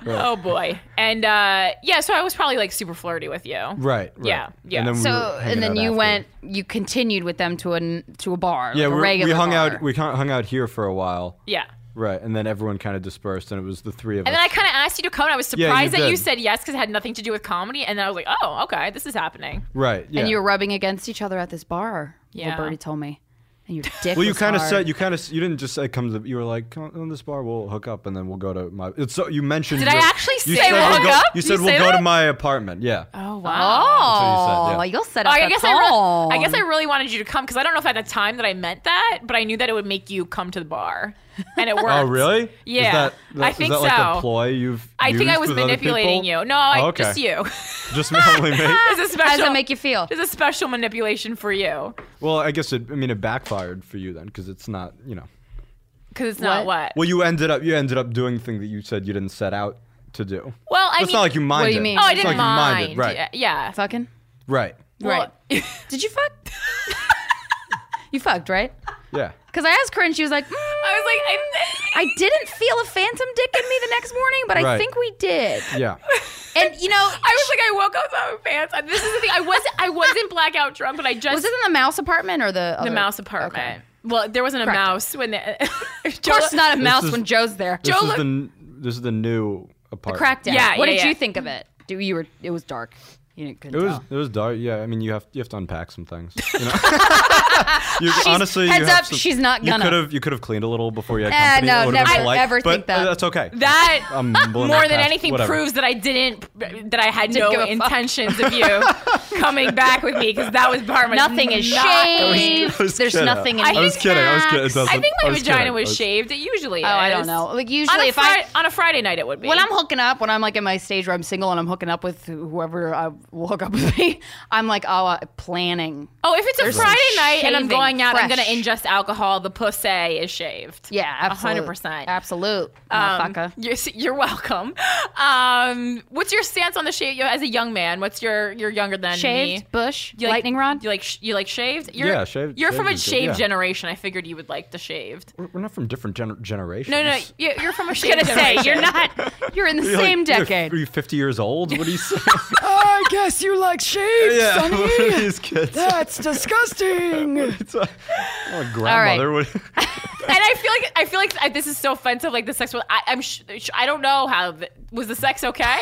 Oh boy, and uh, yeah, so I was probably like super flirty with you.
Right. right.
Yeah, yeah.
And then we were
so,
hanging
and then
out
you
after.
went, you continued with them to a to a bar. like
Yeah,
a
we, were-
regular
we hung
bar.
out. We hung hung out here for a while.
Yeah.
Right, and then everyone kind of dispersed, and it was the three of
And
us.
then I kind of asked you to come, and I was
you
surprised that you
did.
said yes because it had nothing to do with comedy. And then I was like, oh, okay, this is happening.
right. Yeah.
and you were rubbing against each other at this bar.
Yeah.
Yeah, Bertie told me, and your dick.
Well, you
was
kind of
hard.
said you kind of you didn't just say come to you were like come on this bar we'll hook up and then we'll go to my. It's so you mentioned.
Did I
your-
actually say
you said
we'll
we'll
hook
go,
up?
You
Did
said
you
we'll
say
go
that?
to my apartment. Yeah.
Oh wow.
Oh,
yeah.
you'll set
Oh,
up
I
a
guess I, re- I
tone.
guess I really wanted you to come because I don't know if at the time that I meant that, but I knew that it would make you come to the bar, and it worked.
Oh really?
Yeah.
Is that, that-
I
is
think
that like
so.
a ploy you've?
I think I
used
was
with other
manipulating
people?
you. No, I,
Oh, okay.
just you.
Just me, only me.
It's a special.
How does that make you feel?
It's a special manipulation for you
Well, I guess it. I mean, it backfired for you then because it's not. You know.
because it's not what.
Well, you ended up you ended up doing thing that you said you didn't set out to do.
Well, I
it's
mean,
not like you minded.
you mean?
Oh, I
It's
didn't
not like
mind.
You minded. Right.
Yeah. yeah.
Fucking
Right.
right.
Well,
Did you fuck? you fucked, right?
Yeah.
Because I asked Corinne, she was like, "Mm,
I was like,
I didn't feel a phantom dick in me the next morning, but I
Right.
think we did.
Yeah.
And you know,
I was like, I woke up without my pants. on. This is the thing. I wasn't. I wasn't blackout drunk, but I just
was this in the mouse apartment or the
the
other-
mouse apartment. Well, there wasn't a
Correct.
mouse when. The,
Of course, not a mouse
is-
when Joe's there.
This
Joe
is
looked-
the n- this is the new apartment.
Crackdown.
Yeah,
What
yeah,
did
yeah.
you think of it? Do you were? It was dark. You didn't- couldn't
It was
tell.
it was dark. Yeah. I mean, you have you have to unpack some things. You know? You- honestly,
heads
you have
up,
some-
she's not
You
gonna.
could have you could have cleaned a little before you had
Eh,
company.
no,
It would've been
never
polite,
ever
but
think that.
That's okay.
That
I'm
more
blowing that
than
past-
anything
whatever.
proves that I didn't that I had
give
no
a fuck.
intentions of you coming back with me because that was part of my
Nothing is
not-
shaved.
I was
There's
kidding.
nothing in
I was kidding. I was kidding. It
snacks.
doesn't-
I think my
was
vagina
kidding. I
was shaved. It usually
Oh, I don't
is.
know. Like
On a,
usually, if I
Fri- on a Friday night, it would be.
when I'm hooking up, when I'm like in my stage where I'm single and I'm hooking up with whoever I will hook up with me, I'm like, oh, uh, planning.
oh, if it's a Friday night and I'm
shaving
going out, I'm going
fresh.
to ingest alcohol. The pussy is shaved.
Yeah, absolutely.
100%.
Absolute.
Um,
motherfucker.
you're, you're welcome. Um, what's your stance on the shave? As a young man, what's your you're younger than
Shaved,
me?
bush,
You like-
lightning rod.
You like sh- you like shaved? You're,
Yeah, shaved-
You're from a
shaved is good,
shaved
yeah.
generation. I figured you would like the shaved.
We're- We're not from different gener- generations.
No, no, you- you're from a
I'm
shaved
gonna say
generation.
you're not. You're in the
You're like-
same
you're-
decade.
Are you 50 years old? What do you say?
I guess you like shades, Sonny.
these kids.
That's disgusting.
It's a, my grandmother would.
And I feel like I feel like I, this is so offensive. Like the sex. was- I, I'm. Sh- sh- I don't know how. The, was the sex okay?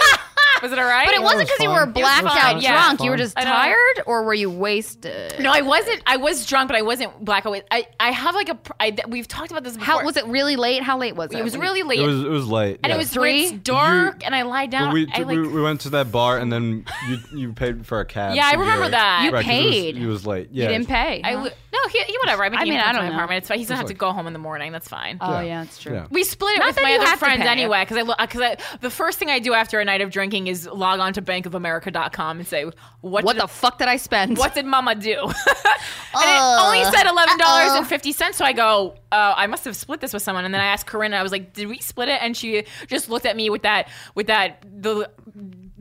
Was it all right?
But it wasn't because you were blacked
fine.
out
Yeah.
drunk. You were
Fine.
just
I know.
tired, or were you wasted?
No, I wasn't. I was drunk, but I wasn't black. I, I, I have like a. pr- I, th- we've talked about this before.
How was it? Really late? How late was it?
It was really late.
It was it was late.
and
yeah.
it was
Three?
It's dark,
You-
and I lied
But
down.
we,
I,
t-
like,
we we went to that bar and then you you paid for a cab.
Yeah, I
so you
remember
were-
that. You
right, 'cause it was-
paid.
It was late. Yeah,
You didn't pay.
I
huh?
li- no, he, he whatever. I mean,
I mean,
he
I
comes to
don't
my
know.
apartment. It's fine. He doesn't have to
like-
go home in the morning. That's fine.
oh
Yeah.
yeah, that's true.
Yeah.
we split it
Not
with
that
my
you
other
have to
friends
pay.
anyway because I because I, the first thing I do after a night of drinking is log on to bankofamerica.com and say what
What
did,
the fuck did I spend?
what did Mama do? and
Uh,
it only said eleven dollars and fifty cents. So I go, oh, I must have split this with someone. And then I asked Corinne, I was like, did we split it? And she just looked at me with that with that the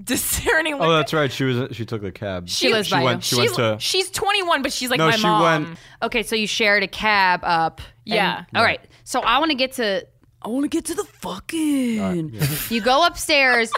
discerning. look.
Oh, that's right. She was she took the cab.
She lives by you.
went. She went
she's,
to.
she's 21, but she's like
no,
my
she
mom.
went.
Okay, so you shared a cab up. and-
Yeah.
All right. So I want to get to.
I want to get to the fucking.
Uh,
You go upstairs,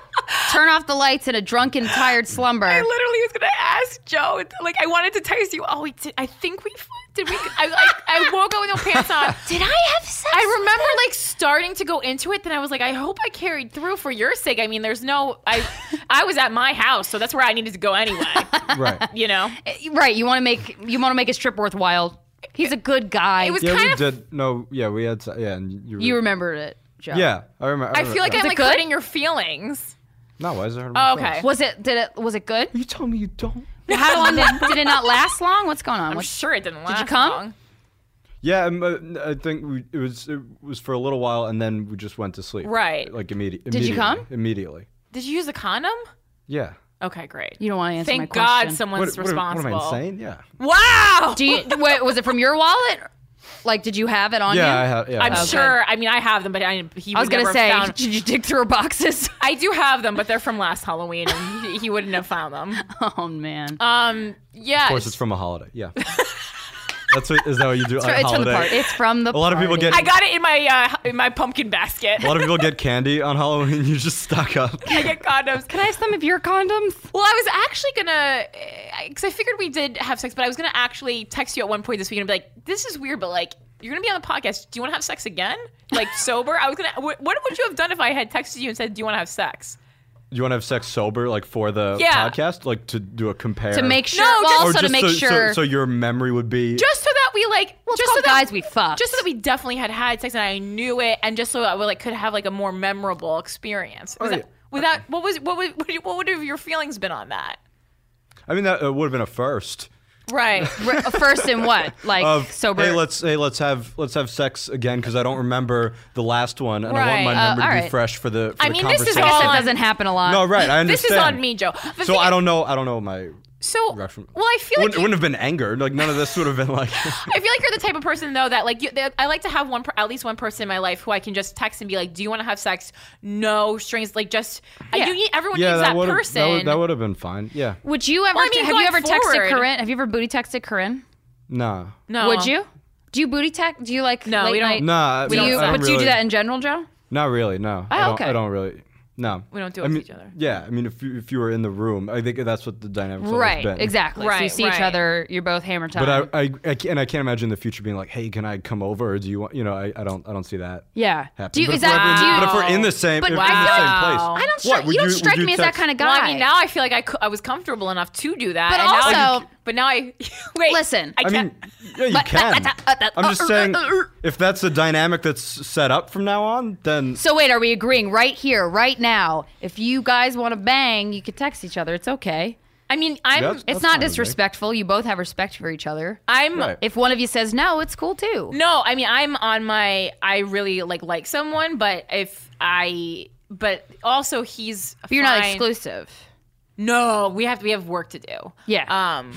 turn off the lights in a drunken, tired slumber.
I literally was gonna ask Joe. Like I wanted to text you. Oh, we did, I think we f- did. We I, I, I woke up with no pants on.
did I have sex?
I remember like starting to go into it. Then I was like, I hope I carried through for your sake. I mean, there's no. I I was at my house, so that's where I needed to go anyway.
Right.
You know,
Right. You want to make you want to make his trip worthwhile. He's a good guy.
it was
Yeah,
kind
we
of.
did. No, yeah, we had. se- Yeah, and you.
you remembered it, Joe.
Yeah, I remember.
I feel like I'm
it
like
good?
hurting your feelings.
No, why is it?
Oh, okay.
Was it? Did it? Was it good?
You told me you don't.
How long did, did it not last long? What's going on?
I'm
What's,
sure it didn't last.
you come?
long.
Yeah, um, uh, I think we, it was it was for a little while, and then we just went to sleep.
Right.
Like immediately.
Did you come?
Immediately.
Did you use a condom?
Yeah.
Okay, great.
you don't want to answer my
Thank
question.
God someone's
what, am-
responsible.
what am I insane? Yeah.
Wow.
Do you? Wait, was it from your wallet? Like, did you have it on you?
Yeah, I have. Yeah,
I'm
I have.
sure. I mean, I have them, but I, he
I was
would
gonna
never
say,
have found-
did you dig through her boxes?
I do have them, but they're from last Halloween, and he, he wouldn't have found them.
oh man,
Um, yeah.
Of course, it's from a holiday. Yeah. That's what is that what you do on a
it's from the
holiday?
party. It's from the.
A lot of people
party.
get-
I got it in my uh, in my pumpkin basket.
a lot of people get candy on Halloween. You just stock up.
I get condoms.
Can I have some of your condoms?
Well, I was actually gonna, because I figured we did have sex, but I was gonna actually text you at one point this week and be like, "This is weird, but like, you're gonna be on the podcast. Do you want to have sex again? Like sober? I was gonna. wh- What would you have done if I had texted you and said, "Do you want to have sex?
You want to have sex sober, like for the
Yeah.
podcast, like to do a compare
To make sure,
No,
well,
just-
or
also to
just
make
so, so-
sure.
So, your memory would be.
Just so that we like,
well,
just so that
guys, we fucked.
just so that we definitely had had sex and I knew it, and just so that we like could have like a more memorable experience. Was
Oh, yeah.
that- without what was what would what do you- what would have your feelings been on that?
I mean, that uh, would have been a first.
Right.
Re- first in what like
Of
sober.
Hey, let's hey, let's have let's have sex again because I don't remember the last one, and I want
Right, uh,
my memory to
all
be
right.
fresh for the. For
I
the
mean, this is
I
conversation.
guess
all
that
on-
doesn't happen a lot.
No, right. I understand.
This is on me, Joe. The
So
thing-
I don't know. I don't know my.
So
reference.
well, I feel
wouldn't,
like you-
wouldn't have been anger. Like none of this would have been like.
I feel like you're the type of person though that like you, that I like to have one per, at least one person in my life who I can just text and be like, "Do you want to have sex? No strings. Like just I-
Yeah.
you need everyone
yeah,
needs
that
that,
would have
person.
that would, that would have been fine. Yeah.
Would you ever?
Well, I mean,
have you
going
ever texted
forward-
Corinne? Have you ever booty texted Corinne?
Nah.
no,
Would you? Do you booty text? Do you like?
No,
late
we don't-
night-
Nah. I-
Do
I
you?
don't
But do you do
really-
that in general, Joe?
Not really. No. I
Oh,
don't,
okay.
I don't really. No.
We don't do it
I
with
mean,
each other.
Yeah. I mean, if you, if you were in the room, I think that's what the dynamic.
Right. Exactly. So you
Right,
see each
right.
other. You're both hammer time.
But I, I, I can't, and I can't imagine the future being like, hey, can I come over? Or do you want? You know, I, I don't I don't see that.
yeah.
Happen.
Do you?
but,
Is
if we're
that?
in-
Do you?
but if we're in the same,
But
if we're
I
in
feel
the same
like-
place.
I don't.
What,
Stri-
would
you don't
you- would
strike
you
me as that
text-
kind of guy.
Well, I mean, now I feel like I, cou- I was comfortable enough to do that.
But
and now I-
also-
but now I wait.
Listen.
I
I
can't.
mean, yeah, you can. I'm
uh,
just saying, if that's the dynamic that's set up from now on, then
So wait, are we agreeing right here, right now? If you guys want to bang, you could text each other. It's okay.
I mean, I'm.
That's-
It's not
that's fine with me.
disrespectful. You both have respect for each other.
I'm.
Right.
If one of you says no, it's cool too.
No, I mean, I'm on my. I really like like someone, but if I. But also, he's.
But you're not
fine.
exclusive. Uh,
No, we have we have work to do.
Yeah.
Um,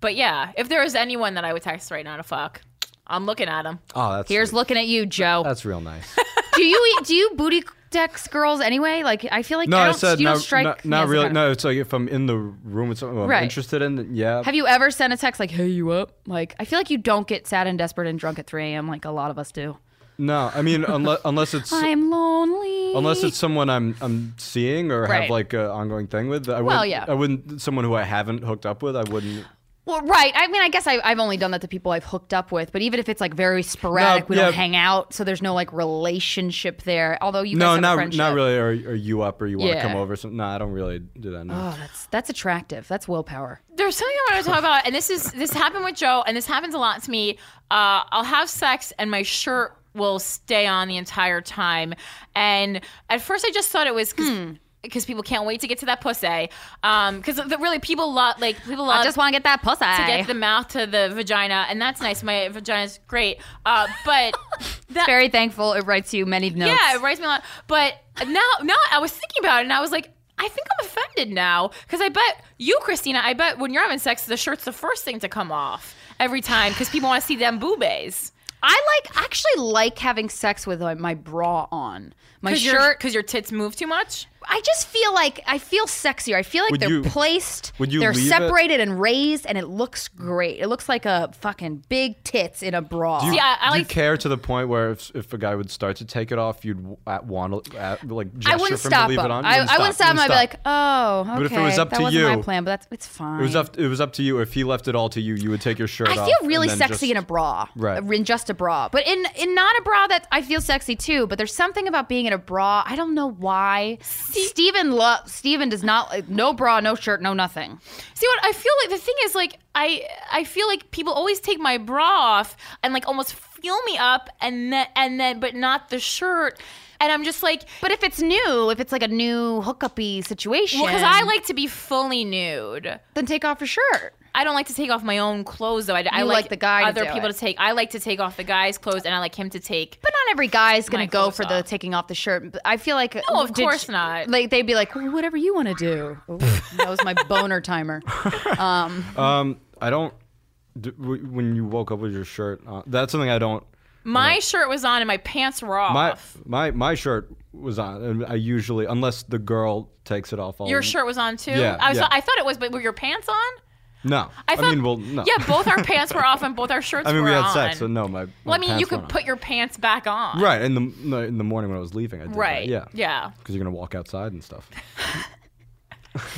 but yeah, if there is anyone that I would text right now to fuck, I'm looking at him.
oh, that's
Here's
sweet.
looking at you, Joe.
that's real nice.
do you e, do you booty text girls anyway? Like I feel like
No,
I
I,
don't,
said
you
not,
don't strike
not,
me
not
as the
really.
kind of-
No, it's like if I'm in the room with someone who I'm
Right.
interested in, then yeah.
Have you ever sent a text like, "Hey, you up?" Like I feel like you don't get sad and desperate and drunk at 3 a.m. like a lot of us do.
no, I mean unless unless it's
I'm lonely.
unless it's someone I'm I'm seeing or
Right.
have like an ongoing thing with. I
Well,
wouldn't-
yeah.
I wouldn't someone who I haven't hooked up with. I wouldn't.
Well, right. I mean, I guess I, I've only done that to people I've hooked up with, but even if it's like very sporadic, we
yeah.
don't hang out, so there's no like relationship there. Although you guys
No,
have a
not
friendship.
not really. Are, are you up or you want to
Yeah.
come over? So, no, I don't really do that. No.
Oh, that's that's attractive. That's willpower.
There's something I want to talk about, and this is this happened with Joe, and this happens a lot to me. Uh, I'll have sex, and my shirt will stay on the entire time. And at first, I just thought it was
Hmm.
because people can't wait to get to that pussy. Because really, people love like people love
I just want to get that pussy.
to get the mouth to the vagina, and that's nice. My vagina's great, uh, but that
Very thankful. It writes you many notes.
yeah, it writes me a lot. But now, now I was thinking about it, and I was like, I think I'm offended now because I bet you, Christina, I bet when you're having sex, the shirt's the first thing to come off every time because people want to see them boobies.
I like actually like having sex with like, my bra on. My
Because
shirt.
because your tits move too much.
I just feel like I feel sexier. I feel like
Would
they're
you-
placed.
would you
they're
leave it?
separated and raised, and it looks great. It looks like a fucking big tits in a bra.
Do you,
See, I- I
do you
like-
care to the point where if, if a guy would start to take it off, you'd w- at, want to at, like gesture
I wouldn't
for him
stop
to leave
him.
it on? You
I, I wouldn't stop him.
You
I'd be like, oh, okay.
if it was up
that
to
wasn't my
you-
plan, but that's it's fine.
it was up. It was up to you. If he left it all to you, you would take your shirt off.
I feel really
and then
sexy
just-
in a bra,
Right.
In just a bra, but in in not a bra that I feel sexy too. But there's something about being in a bra. I don't know why. Steven lo- Steven does not like, no bra, no shirt, no nothing.
See what I feel like. The thing is, like I I feel like people always take my bra off and like almost feel me up, and then and then but not the shirt. And I'm just like,
But if it's new, if it's like a new hookup-y situation,
well, because I like to be fully nude.
then take off your shirt.
I don't like to take off my own clothes though. I, I
You like the guy to
other
do
people
it.
to take. I like to take off the guy's clothes, and I like him to take.
But not every guy is
My
going to go
clothes
for the
off.
taking off the shirt. But I feel like
No, of
did
course
you-
not.
Like they'd be like, "Well, whatever you want to do. Ooh, that was my boner timer.
Um, I don't. d- w- When you woke up with your shirt, on, that's something I don't.
My shirt was on and my pants were off.
My my my shirt was on, and I usually, unless the girl takes it off. I'll-
your shirt was on too.
Oh. Yeah,
I was.
yeah.
I thought it was, but were your pants on?
No, I,
thought-
mean, well, no.
Yeah, both our pants were off and both our shirts.
I mean,
were
we had
on.
sex, so no, my. my
Well, I mean,
pants
you could
weren't
put your pants back on.
on. right in the no, in the morning when I was leaving. I did that,
Right.
Yeah.
Yeah.
Because you're gonna walk outside and stuff.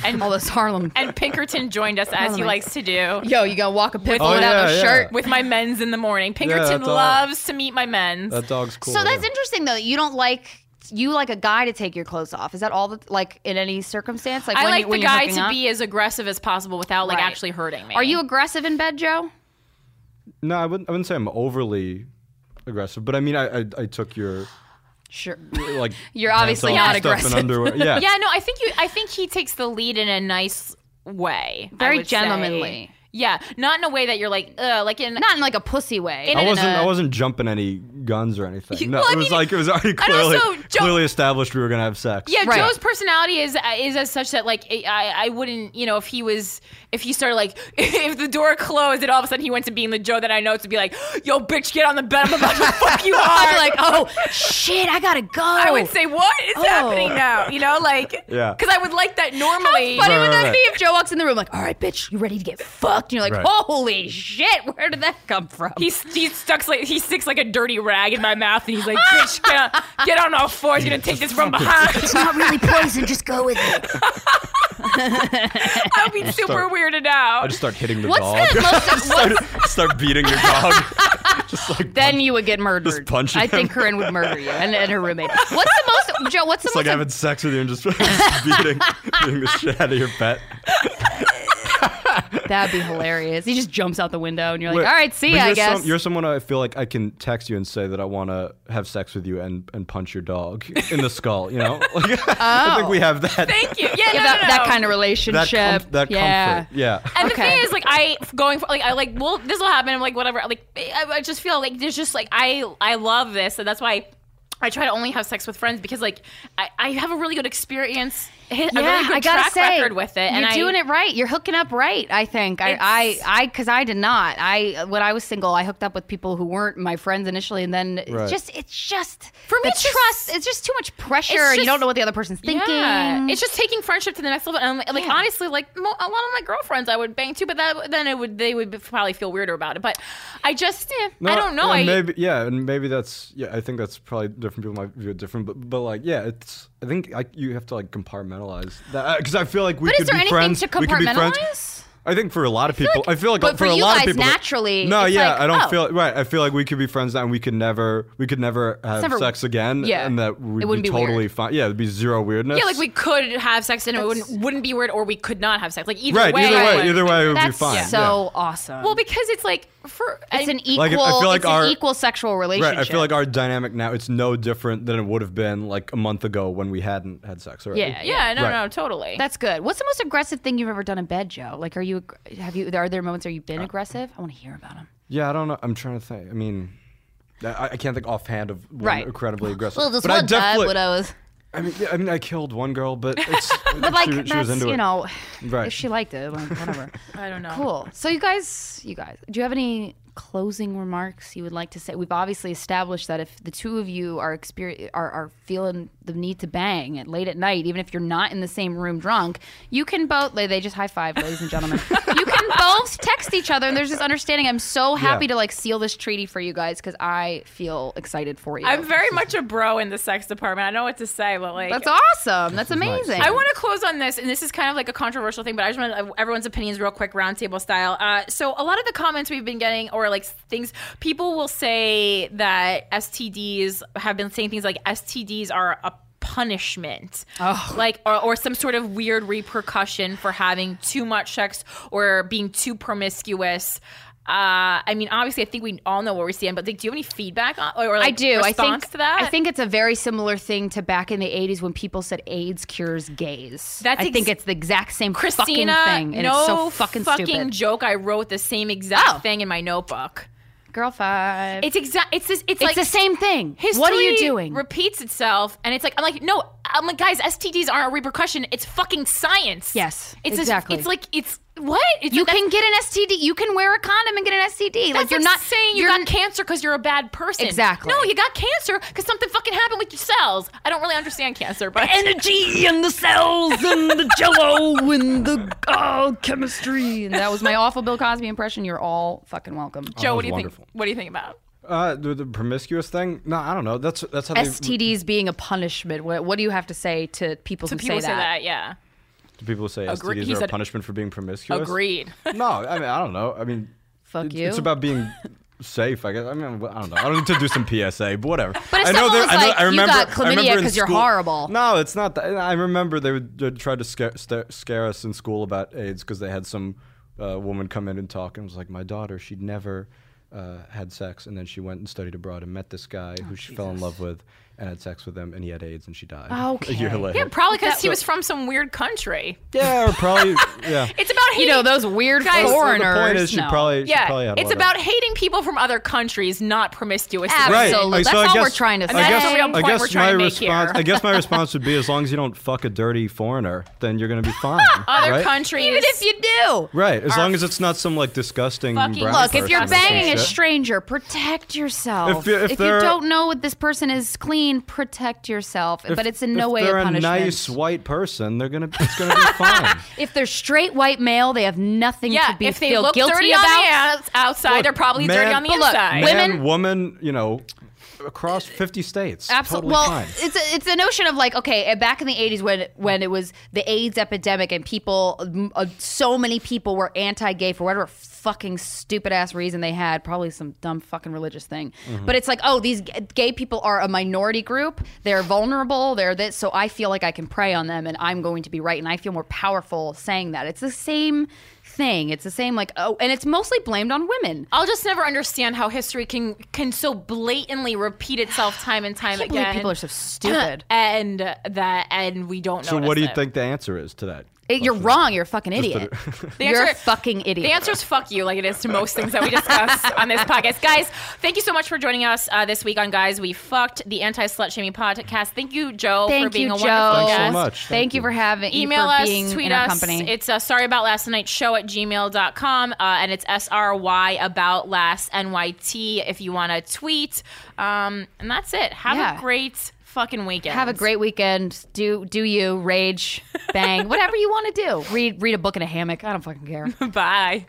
And
All this Harlem.
and Pinkerton joined us as he likes to do.
Yo, you gonna walk a pickle
Oh,
without a
yeah, yeah.
shirt?
With my men's in the morning. Pinkerton
that's all.
loves to meet my men's.
That dog's cool.
So that's
yeah.
interesting though. that You don't like you like a guy to take your clothes off. Is that all the like in any circumstance? Like
I
when
like
you, when
the
you're
guy
hooking
to
up?
be as aggressive as possible without like
Right.
actually hurting me.
Are you aggressive in bed, Joe?
No, I wouldn't. I wouldn't say I'm overly aggressive, but I mean, I I, I took your
Sure.
like.
You're
pants
obviously
off
not
and stuff
aggressive.
And underwear. Yeah.
Yeah, no, I think you. I think he takes the lead in a nice way, I
Very
would
gentlemanly.
say. Yeah, not in a way that you're like, Ugh, like in.
Not in like a pussy way.
In
I
a-
wasn't.
a-
I wasn't jumping any guns or anything. No,
well, I
it was
mean,
like it was already clearly
also, Joe-
clearly established we were gonna have sex.
yeah,
Right.
Joe's personality is is as such that like I I wouldn't you know if he was if he started like if the door closed and all of a sudden he went to being the Joe that I know to be like yo bitch get on the bed I'm about to fuck you
I'd
hard
be like, oh shit, I gotta go.
I would say what is happening now you know like
Yeah.
because I would like that normally
Oh. Funny
Right,
would
right,
that
right.
be if Joe walks in the room like, all right, bitch, you ready to get fucked? And you're like,
Right.
holy shit, where did that come from?
He, he stucks like he sticks like a dirty rag in my mouth, and he's like, "Bitch, get on, get on all fours. You're gonna take this from behind."
It's not really poison. Just go with it.
I'll be super
start-
weirded
I
out.
just start hitting the
What's
dog.
the most?
start, start beating your dog. just like
then you would get murdered.
Just punch
I
him.
think Corinne would murder you and, and her roommate. What's the most? Joe, what's the
It's
most?
like having sex with you and just beating, beating the shit out of your pet.
That'd be hilarious. He just jumps out the window and you're like,
Wait,
all right, see
but
ya, I
you're some-
guess.
you're someone I feel like I can text you and say that I want to have sex with you and, and punch your dog in the skull. You know, like, I think we
Oh.
have that
Thank you. Yeah,
Yeah,
no,
that,
no, no.
that kind of
that,
relationship.
comf- that
yeah.
comfort. Yeah.
And the
Okay.
thing is, like, I going for like I like well, this will happen. I'm like whatever. Like, I, I just feel like there's just like I I love this, and that's why. I try to only have sex with friends because, like, I, I have a really good experience, hit, a really good
I gotta
track
say,
record with it, and
you're
I,
doing it right. You're hooking up right. I think I,
It's-
I, I, because I did not. I when I was single, I hooked up with people who weren't my friends initially, and then it's
Right.
just it's just
For me,
the
it's just-
trust. it's just too much pressure, and you
just-
don't know what the other person's thinking.
Yeah. It's just taking friendship to the next level. And like, like, honestly, like mo- a lot of my girlfriends I would bang too, but that then it would they would be- probably feel weirder about it. But I just eh, I don't know.
And
I,
maybe yeah, and maybe that's yeah. I think that's probably different people might view it different, but but like yeah, it's. I think I, you have to like compartmentalize that because I feel like we
but
could
is there
be
anything
friends.
to
we could be friends.
compartmentalize?
I think for a lot of people, I feel like
but for
for, a
you
lot
guys,
of people,
naturally,
No,
it's
yeah,
like,
I don't
oh.
feel right. I feel like we could be friends now, and we could never, we could never have
never-
sex again,
yeah.
and that would
It wouldn't be
totally
weird.
fine. Yeah, it'd be zero weirdness.
Yeah, like we could have sex and it wouldn't wouldn't be weird, or we could not have sex. Like either
right.
way,
either
it
way,
would-
either way, it would be
That's
fine.
so awesome.
Well, because it's like for
it's an e- equal.
Like, I feel like
it's
our-
an equal sexual
yeah.
relationship.
right. I feel like our dynamic now it's no different than it would have been like a month ago when we hadn't had sex. Already.
Yeah,
yeah, no,
Right.
no, totally.
that's good. What's the most aggressive thing you've ever done in bed, Joe? Like, are you have you are there moments where you've
Uh,
been aggressive? I want to hear about them.
Yeah, I don't know. I'm trying to think. I mean, I, I can't think offhand of one
Right.
incredibly aggressive.
Well, this
but I
uh,
one time
definitely,
when I was,
I mean, yeah, I mean, I killed one girl, but it's,
but like,
she, she
that's
was into
you
it.
know,
Right.
if she liked it, like, whatever.
I don't know.
Cool. So you guys, you guys, do you have any closing remarks you would like to say? We've obviously established that if the two of you are exper- are, are feeling the need to bang at late at night, even if you're not in the same room drunk, you can both. They they just high five, ladies and gentlemen. you can both text each other, and there's this understanding. I'm so happy to like seal this treaty for you guys because I feel excited for you.
I'm very much a bro in the sex department. I know what to say, but like
That's awesome. That's amazing.
I want to close on this, and this is kind of like a controversial thing, but I just want everyone's opinions real quick, roundtable style. Uh, so, a lot of the comments we've been getting, or like things, people will say that STDs have been saying things like STDs are a punishment, like or, or some sort of weird repercussion for having too much sex or being too promiscuous. Uh, I mean, obviously, I think we all know where we stand, but like, do you have any feedback on, or, or like,
I do. I
response
think
to that?
I think it's a very similar thing to back in the '80s when people said AIDS cures gays.
That's
I
ex-
think it's the exact same
Christina,
fucking thing, and
no
it's so fucking, stupid.
joke. I wrote the same exact
Oh.
thing in my notebook.
Girl five.
It's exact. It's this. It's,
it's
like
the same thing.
History
what are you doing?
Repeats itself, and it's like I'm like no. I'm like guys, STDs aren't a repercussion. It's fucking science.
Yes,
it's a-
exactly.
it's like it's what it's
you
like,
can get an STD. You can wear a condom and get an
That's
STD. Like you're not
saying you
you're
got
n-
cancer because you're a bad person.
Exactly.
No, you got cancer because something fucking happened with your cells. I don't really understand cancer, but
Energy and the cells and the jello and the oh, chemistry.
And that was my awful Bill Cosby impression. You're all fucking welcome.
Joe, what
was
do you
wonderful.
think? What do you think about?
Uh, the, the promiscuous thing? No, I don't know. That's that's how they,
STDs being a punishment. What, what do you have to say to people
Do
who
people say that. yeah.
people say
Agree- he
STDs are a
said-
punishment for being promiscuous.
Agreed.
No, I mean I don't know. I mean,
Fuck
it's,
you.
It's about being safe, I guess. I mean, I don't know. I don't need to do some PSA, but whatever. But
if
I know
someone
there-
was
I know-
like,
I
"You
remember-
got
I remember
chlamydia
in
'cause you're
school-
horrible."
No, it's not that. I remember they would they'd try to scare sta- scare us in school about AIDS because they had some uh, woman come in and talk and was like, "My daughter, she'd never." Uh, had sex and then she went and studied abroad and met this guy
Oh,
who she fell in love with and had sex with him and he had AIDS and she died a year
Okay.
later.
Yeah, probably because he was from some weird country.
Yeah, or probably. Yeah.
It's about hating.
You know those weird
Guys, Well, the
Well,
foreigners.
The point is, she
No.
probably. She probably
Yeah,
had
it's
all
about
That.
hating people from other countries, not promiscuous.
Absolutely.
Right.
So
I-
that's
so I
all
guess-
we're trying to
I guess,
say.
That's the real
I
point
guess
we're
my
trying to make
response.
here.
I guess my response would be: as long as you don't fuck a dirty foreigner, then you're gonna be fine.
Other
right?
countries.
Even if you do.
Right. As long as it's not some like disgusting.
Fucking-
brown
Look, if
person
you're
or some
banging a
shit.
stranger, protect yourself.
If you- if
you
they're-
don't know what this person is clean, protect yourself. but it's in no
if
way a
they're
punishment.
nice white person, they're gonna. It's gonna be fine.
if they're straight white male, they have nothing
yeah,
to be
if they
feel
look
guilty
dirty
about.
on the outs- outside,
Look,
they're probably
man-
dirty on the
But
look,
inside.
man-
Man,
Women-
woman, you know, across 50 states.
Absolutely.
Totally
well,
fine.
it's a, it's a notion of like okay, uh, back in the '80s when when it was the AIDS epidemic and people, m- uh, so many people were anti-gay for whatever fucking stupid ass reason they had, probably some dumb fucking religious thing.
Mm-hmm.
But it's like, oh, these g- gay people are a minority group. They're vulnerable. They're this, so I feel like I can prey on them, and I'm going to be right, and I feel more powerful saying that. It's the same thing. It's the same like oh, and it's mostly blamed on women.
I'll just never understand how history can can so blatantly repeat itself time and time
I can't believe
again.
people are so stupid.
and uh, that, and we don't.
So, what
notice
do you
it.
think the answer is to that?
It- Eh, you're wrong. You're a fucking idiot.
The
you're a
answer-
fucking idiot.
The answer is fuck you, like it is to most things that we discuss on this podcast. Guys, thank you so much for joining us uh, this week on Guys We Fucked, the anti slut shaming podcast. Thank you, Joe, for
Thank
being
you,
a
Joe.
wonderful
Thanks so
guest.
much.
Thank,
Thank
you
you.
for having
Email
for
us,
being
tweet
in our
us.
company.
It's uh, sorry about last night show at gmail.com uh, and it's SRY about last NYT if you want to tweet. Um, and that's it. Have
Yeah.
a great fucking weekend.
Have a great weekend. Do do you rage, bang, whatever you want to do. Read read a book in a hammock. I don't fucking care.
bye.